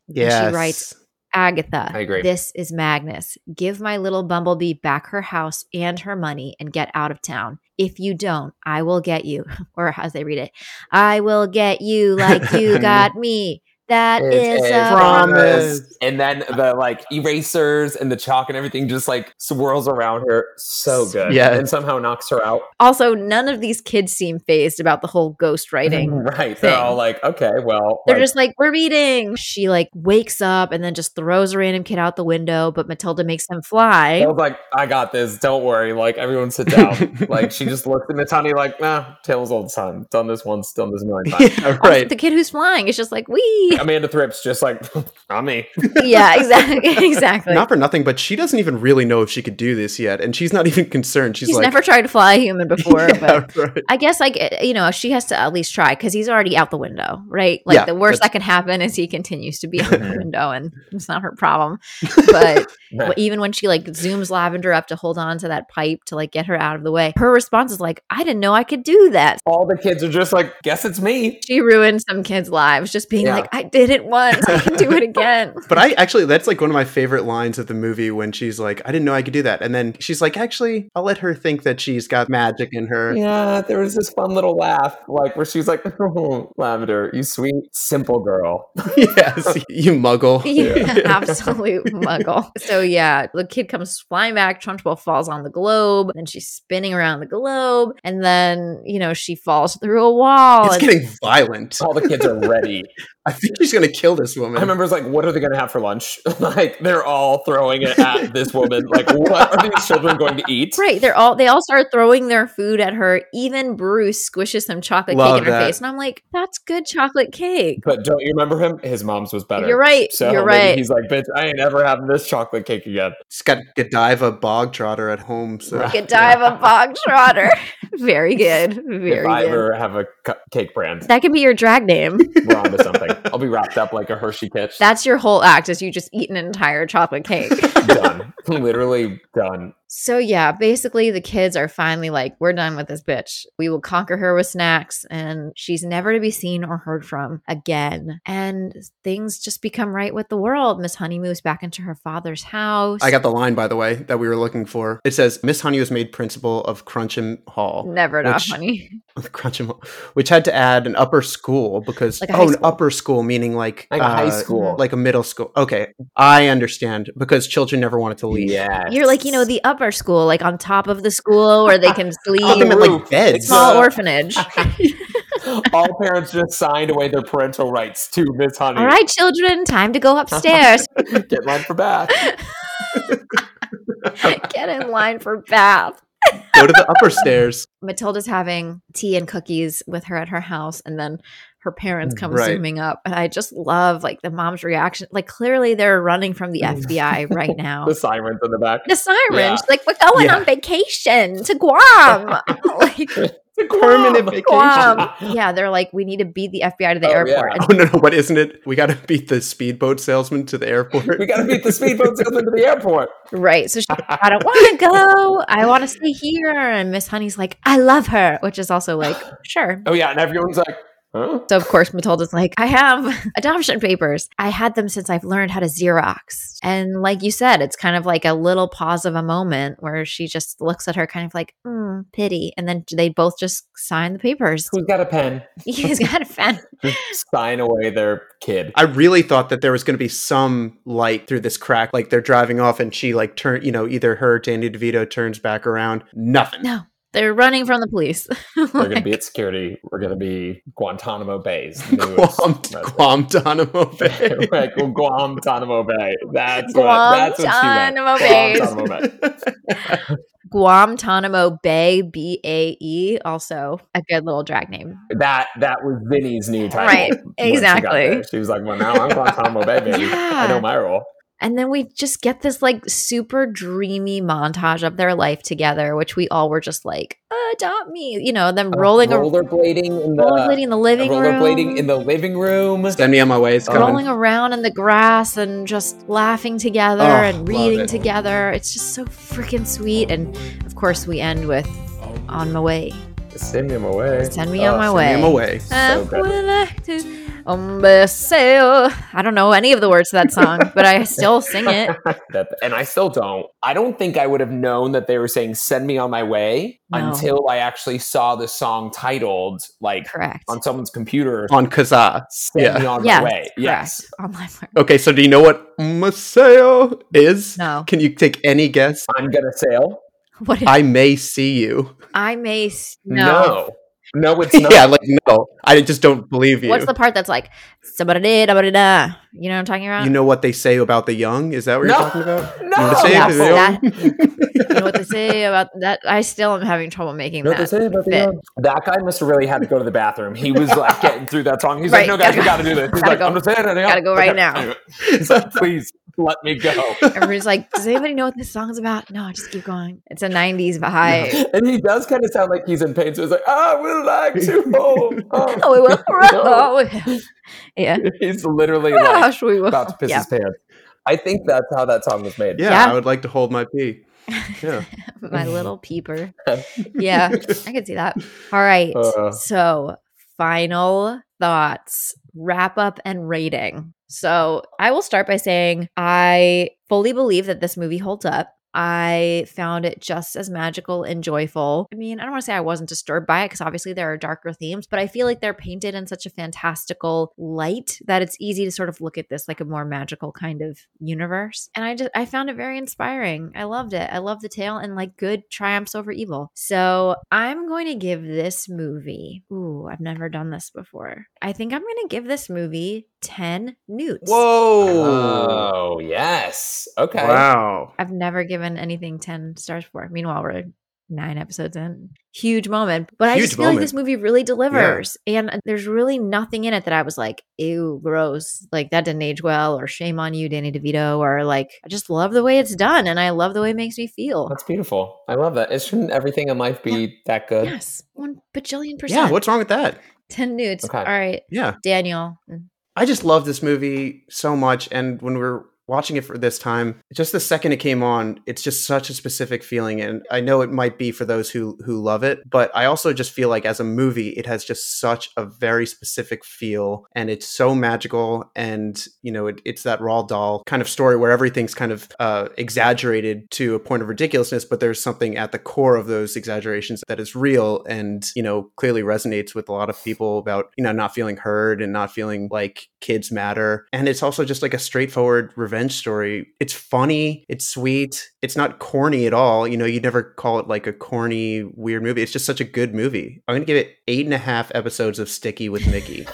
S2: Yes.
S1: And she writes, Agatha,
S3: I agree.
S1: this is Magnus. Give my little bumblebee back her house and her money and get out of town. If you don't, I will get you. Or as they read it, I will get you like you got me. That
S3: It's
S1: is
S3: a
S1: a
S2: promise.
S3: And then the like erasers and the chalk and everything just like swirls around her. So good.
S2: Yeah.
S3: And somehow knocks her out.
S1: Also, none of these kids seem phased about the whole ghost writing.
S3: Right. They're
S1: thing.
S3: all like, okay, well.
S1: They're
S3: Mm-hmm. like,
S1: just like, we're meeting. She like wakes up and then just throws a random kid out the window, but Matilda makes him fly.
S3: I was like, I got this. Don't worry. Like, everyone sit down. like, she just looked at Miss Honey like, nah, Tails old son. Done this once, done this a million times.
S2: yeah,
S1: Also,
S2: right.
S1: the kid who's flying is just like, we.
S3: Amanda Thripp's just like, not me.
S1: yeah, exactly. exactly.
S2: not for nothing, but she doesn't even really know if she could do this yet. And she's not even concerned. She's,
S1: She's
S2: like,
S1: never tried to fly a human before,
S2: yeah,
S1: but
S2: right.
S1: I guess like it- you know she has to at least try because he's already out the window, right? Like
S2: Yeah,
S1: the worst
S2: that's-
S1: that can happen is he continues to be out the window, and it's not her problem. But
S3: Nah.
S1: even when she like zooms Lavender up to hold on to that pipe to like get her out of the way, her response is like, "I didn't know I could do that."
S3: all the kids are just like, guess it's me.
S1: She ruined some kids' lives just being
S3: Yeah.
S1: like, "I did it once, I can do it again."
S2: But I actually, that's like one of my favorite lines of the movie when she's like, I didn't know I could do that. And then she's like, actually, I'll let her think that she's got magic in her.
S3: Yeah, there was this fun little laugh, like where she's like, oh, Lavender, you sweet, simple girl.
S2: yes, you muggle.
S1: Yeah, absolute muggle. So yeah, the kid comes flying back. Trunchbull falls on the globe, and she's spinning around the globe, and then you know she falls through a wall.
S2: It's
S1: and-
S2: getting violent.
S3: All the kids are ready.
S2: I think she's going to kill this woman.
S3: I remember it's like, what are they going to have for lunch? like, they're all throwing it at this woman. Like, what are these children going to eat?
S1: Right. They're all they all start throwing their food at her. Even Bruce squishes some chocolate cake
S2: Love
S1: in her
S2: that.
S1: face. And I'm like, that's good chocolate cake.
S3: But don't you remember him? His mom's was better.
S1: You're right.
S3: So
S1: You're
S3: maybe
S1: right.
S3: He's like, bitch, I ain't ever having this chocolate cake again.
S2: She's got Godiva bog trotter at home. So
S3: Right.
S1: Godiva Bog Trotter. Very good.
S3: if
S1: Very
S3: I
S1: good.
S3: ever have a cu- cake brand,
S1: That could be your drag name.
S3: we're onto something. I'll be wrapped up like a Hershey Kitch.
S1: That's your whole act is you just eat an entire chocolate cake.
S3: done. Literally done.
S1: so yeah, basically the kids are finally like, we're done with this bitch. We will conquer her with snacks and she's never to be seen or heard from again. And things just become right with the world. Miss Honey moves back into her father's house.
S2: I got the line, by the way, that we were looking for. It says Miss Honey was made principal of Cruncham Hall,
S1: never enough
S2: which-
S1: honey.
S2: Cruncham, Hall, which had to add an upper school because
S1: Mm. Like a high
S2: oh, an
S1: school.
S2: upper school meaning like
S3: Like
S2: uh,
S3: high school.
S2: like a middle school. Okay, I understand because children never wanted to leave.
S3: yeah.
S1: You're like, you know, the upper school, like on top of the school where they can
S2: Put them
S1: sleep.
S2: in
S3: Roof.
S2: like beds.
S1: Small
S3: Uh,
S1: orphanage.
S3: All parents just signed away their parental rights to Miss Honey.
S1: All right, children, time to go upstairs.
S3: Get line for bath.
S1: Get in line for bath.
S2: Go to the upper stairs.
S1: Matilda's having tea and cookies with her at her house, and then her parents
S3: Mm,
S1: come
S2: Right.
S1: zooming up. And I just love like the mom's reaction. Like clearly they're running from the FBI right now.
S3: The sirens in the back.
S1: the sirens,
S3: Mm. Yeah.
S1: like we're going
S2: Yeah.
S1: on vacation to Guam. like
S2: Permanent vacation.
S1: Guam. Yeah, they're like, we need to beat the FBI to the
S3: Oh,
S1: airport.
S3: yeah.
S2: Oh no, no, what isn't it? We got to beat the speedboat salesman to the airport.
S3: We gotta beat the speedboat salesman to the airport.
S1: Right. So she's like, I don't want to go. I want to stay here. And Miss Honey's like, I love her, which is also like, sure.
S3: Oh yeah, and everyone's like, huh?
S1: So of course Matilda's like, I have adoption papers. I had them since I've learned how to Xerox. And like you said, it's kind of like a little pause of a moment where she just looks at her kind of like, mm, pity. And then they both just sign the papers.
S3: Who's got a pen?
S1: He's got a fan.
S3: Just sign away their kid.
S2: I really thought that there was going to be some light through this crack. Like they're driving off, and she like turn, you know, either her or Danny DeVito turns back around. Nothing.
S1: No. They're running from the police.
S3: We're gonna be at security. We're gonna be Guantanamo Bay's newest
S2: Guam,
S3: resident.
S2: Guantanamo Bay.
S3: like Guantanamo Bay. That's what. That's what she meant.
S1: Guantanamo Bay.
S3: Guantanamo Bay.
S1: Guantanamo Bay, B A E, also a good little drag name.
S3: That that was Vinny's new title.
S1: Right,
S3: when she got
S1: exactly.
S3: there. She, was like, "Well, now I'm Guantanamo Bay, baby. I know
S1: Yeah.
S3: my role."
S1: And then we just get this like super dreamy montage of their life together, which we all were just like, adopt me, you know, them rolling, a
S3: rollerblading Uh, in the
S1: rollerblading in the living
S3: rollerblading
S1: room,
S3: in the living room.
S2: Send me on my way. It's coming.
S1: rolling around in the grass and just laughing together
S2: Oh,
S1: and
S2: love
S1: reading
S2: it.
S1: together. It's just so freaking sweet. And of course, we end with on my way.
S3: Send him away.
S1: Send me
S2: Oh,
S1: on my
S2: send
S1: way.
S2: me on my way.
S1: I
S3: So good.
S1: would like to on the sail. I don't know any of the words to that song, but I still sing it.
S3: That, and I still don't. I don't think I would have known that they were saying "Send me on my way"
S1: No.
S3: until I actually saw the song titled like
S1: Correct.
S3: on someone's computer.
S2: On Kazaa.
S3: Send
S2: Yeah.
S3: me on
S1: Yes,
S3: my way. Yes.
S1: Correct. Online word.
S2: Okay, so do you know what Maseo is?
S1: No.
S2: Can you take any guess?
S3: I'm gonna sail.
S1: What if I,
S2: I may see you.
S1: may s- no.
S3: No, no, it's not.
S2: yeah, like no, I just don't believe you.
S1: What's the part that's like "Sabadada-dabadada"? You know what I'm talking about?
S2: you know what they say about the young? Is that what
S3: No.
S2: you're talking about?
S3: No.
S2: You know what they say
S1: Yes,
S2: about the young?
S1: Oh, You know what they say about that? I still am having trouble making
S3: No, they
S1: that.
S3: say about the,
S1: fit.
S3: um, that guy must have really had to go to the bathroom. He was like getting through that song. He's
S1: Right,
S3: like, "No, guys,
S1: gotta
S3: we
S1: go.
S3: got to do this." He's
S1: Gotta
S3: like,
S1: go.
S3: "I'm just saying, I
S1: Gotta go
S3: I
S1: right now."
S3: gotta do it." He's like, "Please let me go."
S1: Everybody's like, does anybody know what this song's about? No, just keep going. It's a 90s vibe.
S3: And he does kind of sound like he's in pain. So he's like, "I would like to." Oh, oh."
S1: Oh, we will.
S3: No.
S1: Oh, yeah.
S3: He's literally like
S1: Gosh, we will.
S3: about to piss
S1: Oh, Yeah.
S3: his pants. I think that's how that song was made.
S2: Yeah,
S1: Yeah.
S2: I would like to hold my pee. Yeah.
S1: my little peeper. yeah, I could see that. All right.
S3: Uh.
S1: so, final thoughts, wrap up, and rating. So, I will start by saying I fully believe that this movie holds up. I found it just as magical and joyful. I mean, I don't want to say I wasn't disturbed by it because obviously there are darker themes, but I feel like they're painted in such a fantastical light that it's easy to sort of look at this like a more magical kind of universe. And I just I found it very inspiring. I loved it. I love the tale and like good triumphs over evil. So I'm going to give this movie. Ooh, I've never done this before. I think I'm going to give this movie 10 newts.
S2: Whoa.
S3: Oh, yes. Okay.
S2: Wow.
S1: I've never given anything 10 stars for. Meanwhile, we're nine episodes in. Huge moment. But I
S2: Huge
S1: just feel like
S2: moment.
S1: this movie really delivers. And there's really nothing in it that I was like, ew, gross. Like that didn't age well, or shame on you, Danny DeVito, or like, I just love the way it's done. And I love the way it makes me feel.
S3: That's beautiful. I love that. It shouldn't everything in life be that good?
S1: Yes, one bajillion percent.
S2: Yeah, what's wrong with that?
S1: 10 nudes.
S3: Okay.
S1: All right,
S2: Yeah.
S1: Daniel.
S2: I just love this movie so much. And when we were watching it for this time, just the second it came on, it's just such a specific feeling. And I know it might be for those who who love it, but I also just feel like as a movie, it has just such a very specific feel. And it's so magical. And, you know, it, it's that raw doll kind of story where everything's kind of uh, exaggerated to a point of ridiculousness, but there's something at the core of those exaggerations that is real and, you know, clearly resonates with a lot of people about, you know, not feeling heard and not feeling like kids matter. And it's also just like a straightforward revenge story. It's funny, it's sweet, it's not corny at all. You know, you never call it like a corny, weird movie. It's just such a good movie. I'm going to give it eight and a half episodes of Sticky with Mickey.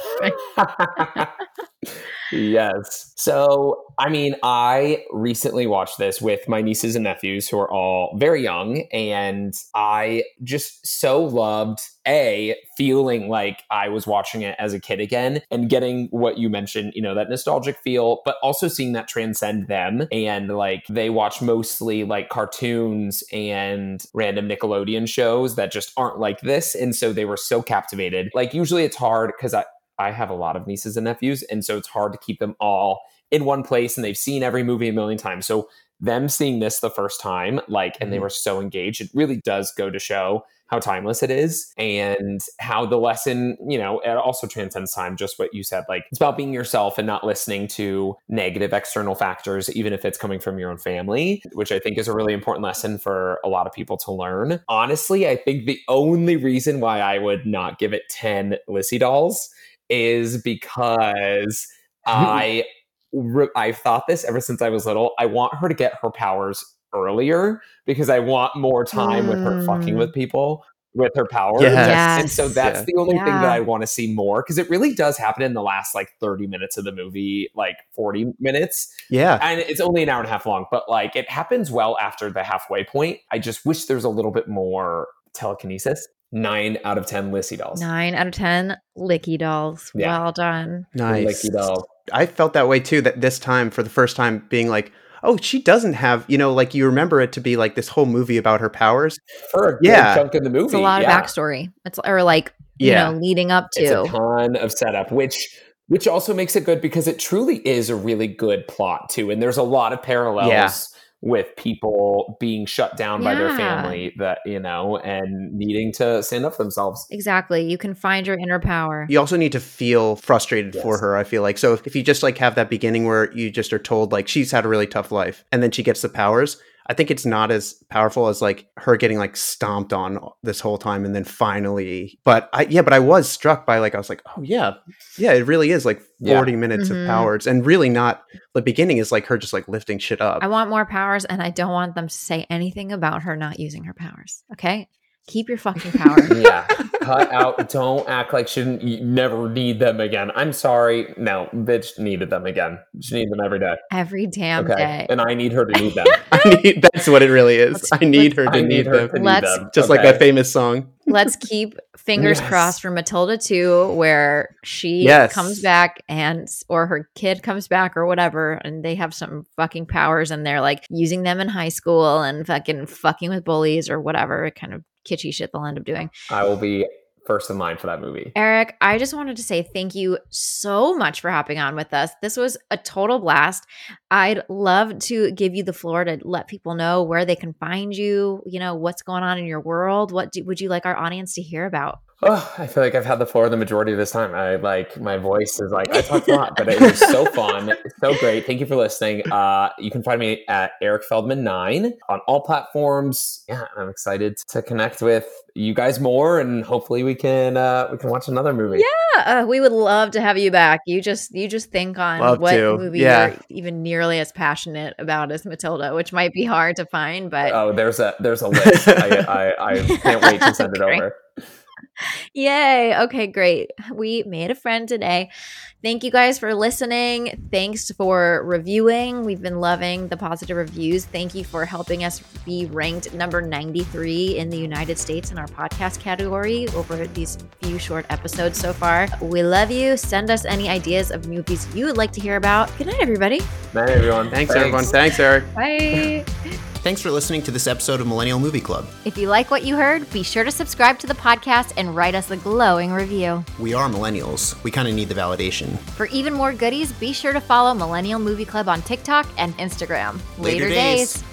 S3: yes. So, I mean, I recently watched this with my nieces and nephews who are all very young. And I just so loved A, feeling like I was watching it as a kid again and getting what you mentioned, you know, that nostalgic feel, but also seeing that transcend them. And like they watch mostly like cartoons and random Nickelodeon shows that just aren't like this. And so they were so captivated. Like, usually it's hard because I, I have a lot of nieces and nephews, and so it's hard to keep them all in one place. And they've seen every movie a million times. So them seeing this the first time, like, and they were so engaged, it really does go to show how timeless it is and how the lesson, you know, it also transcends time, just what you said. Like, it's about being yourself and not listening to negative external factors, even if it's coming from your own family, which I think is a really important lesson for a lot of people to learn. Honestly, I think the only reason why I would not give it 10 Lissy dolls is because I re- I've thought this ever since I was little. I want her to get her powers earlier because I want more time with her fucking
S1: Mm.
S3: with people with her powers.
S2: Yes.
S3: And so that's
S2: Yeah.
S3: the only thing
S1: Yeah.
S3: that I want to see more because it really does happen in the last like 30 minutes of the movie, like 40 minutes.
S2: Yeah.
S3: And it's only an hour and a half long, but like it happens well after the halfway point. I just wish there's a little bit more telekinesis. Nine out of 10 Lissy dolls.
S1: Nine out of 10 licky dolls.
S3: Yeah.
S1: Well done.
S2: Nice.
S3: Licky dolls.
S2: I felt that way too. That this time, for the first time, being like, oh, she doesn't have, you know, like you remember it to be like this whole movie about her powers.
S3: for a good
S2: Yeah.
S3: chunk of the movie.
S1: It's a lot
S3: yeah.
S1: of backstory. It's or like,
S2: Yeah.
S1: you know, leading up
S3: It's a
S1: to.
S3: ton of setup, which which also makes it good because it truly is a really good plot too, and there's a lot of parallels.
S2: Yeah.
S3: With people being shut down by their
S1: Yeah.
S3: family, that you know, and needing to stand up for themselves.
S1: Exactly. You can find your inner power.
S2: You also need to feel frustrated for
S3: Yes.
S2: her, I feel like. So if, if you just like have that beginning where you just are told like she's had a really tough life and then she gets the powers, I think it's not as powerful as like her getting like stomped on this whole time and then finally. But I, yeah, but I was struck by like, I was like, oh yeah, yeah, it really is like
S3: Yeah.
S2: 40 minutes
S1: Mhm.
S2: of powers and really not the beginning is like her just like lifting shit up.
S1: I want more powers and I don't want them to say anything about her not using her powers. Okay? Keep your fucking power.
S3: Yeah, cut out. Don't act like she didn't, you never need them again. I'm sorry. No, bitch needed them again. She needed them every day.
S1: Every damn
S3: Okay,
S1: day.
S3: and I need her to need them.
S2: I need, that's what it really is. I need her to
S3: I
S2: need,
S3: need her
S2: them.
S3: to need
S1: Let's-
S3: them.
S2: Just like
S3: Okay.
S2: that famous song.
S1: Let's keep fingers
S3: Yes.
S1: crossed for Matilda 2 where she
S2: Yes.
S1: comes back and or her kid comes back or whatever and they have some fucking powers and they're like using them in high school and fucking fucking with bullies or whatever kind of kitschy shit they'll end up doing.
S3: I will be first in line for that movie.
S1: Eric, I just wanted to say thank you so much for hopping on with us. This was a total blast. I'd love to give you the floor to let people know where they can find you, you know, what's going on in your world. What do, would you like our audience to hear about?
S3: Oh, I feel like I've had the floor the majority of this time. I like my voice is like I talked a lot, but it was so fun, so great. Thank you for listening. Uh, you can find me at Eric Feldman nine on all platforms. Yeah, I'm excited to connect with you guys more, and hopefully we can uh, we can watch another movie.
S1: Yeah, uh, we would love to have you back. You just you just think on
S2: Love
S1: what
S2: to.
S1: movie
S2: Yeah.
S1: you're even nearly as passionate about as Matilda, which might be hard to find, but
S3: Oh, there's a there's a list. I, I I can't wait to send it
S1: Great.
S3: over.
S1: Yay. Okay, great. We made a friend today. Thank you guys for listening. Thanks for reviewing. We've been loving the positive reviews. Thank you for helping us be ranked number 93 in the United States in our podcast category over these few short episodes so far. We love you. Send us any ideas of movies you would like to hear about. Good night, everybody.
S3: Night, everyone.
S2: Thanks, everyone. Thanks, Eric.
S1: Bye.
S5: Thanks for listening to this episode of Millennial Movie Club.
S1: if you like what you heard, be sure to subscribe to the podcast and write us a glowing review.
S5: We are millennials. We kind of need the validation.
S1: For even more goodies, be sure to follow Millennial Movie Club on TikTok and Instagram.
S5: Later days.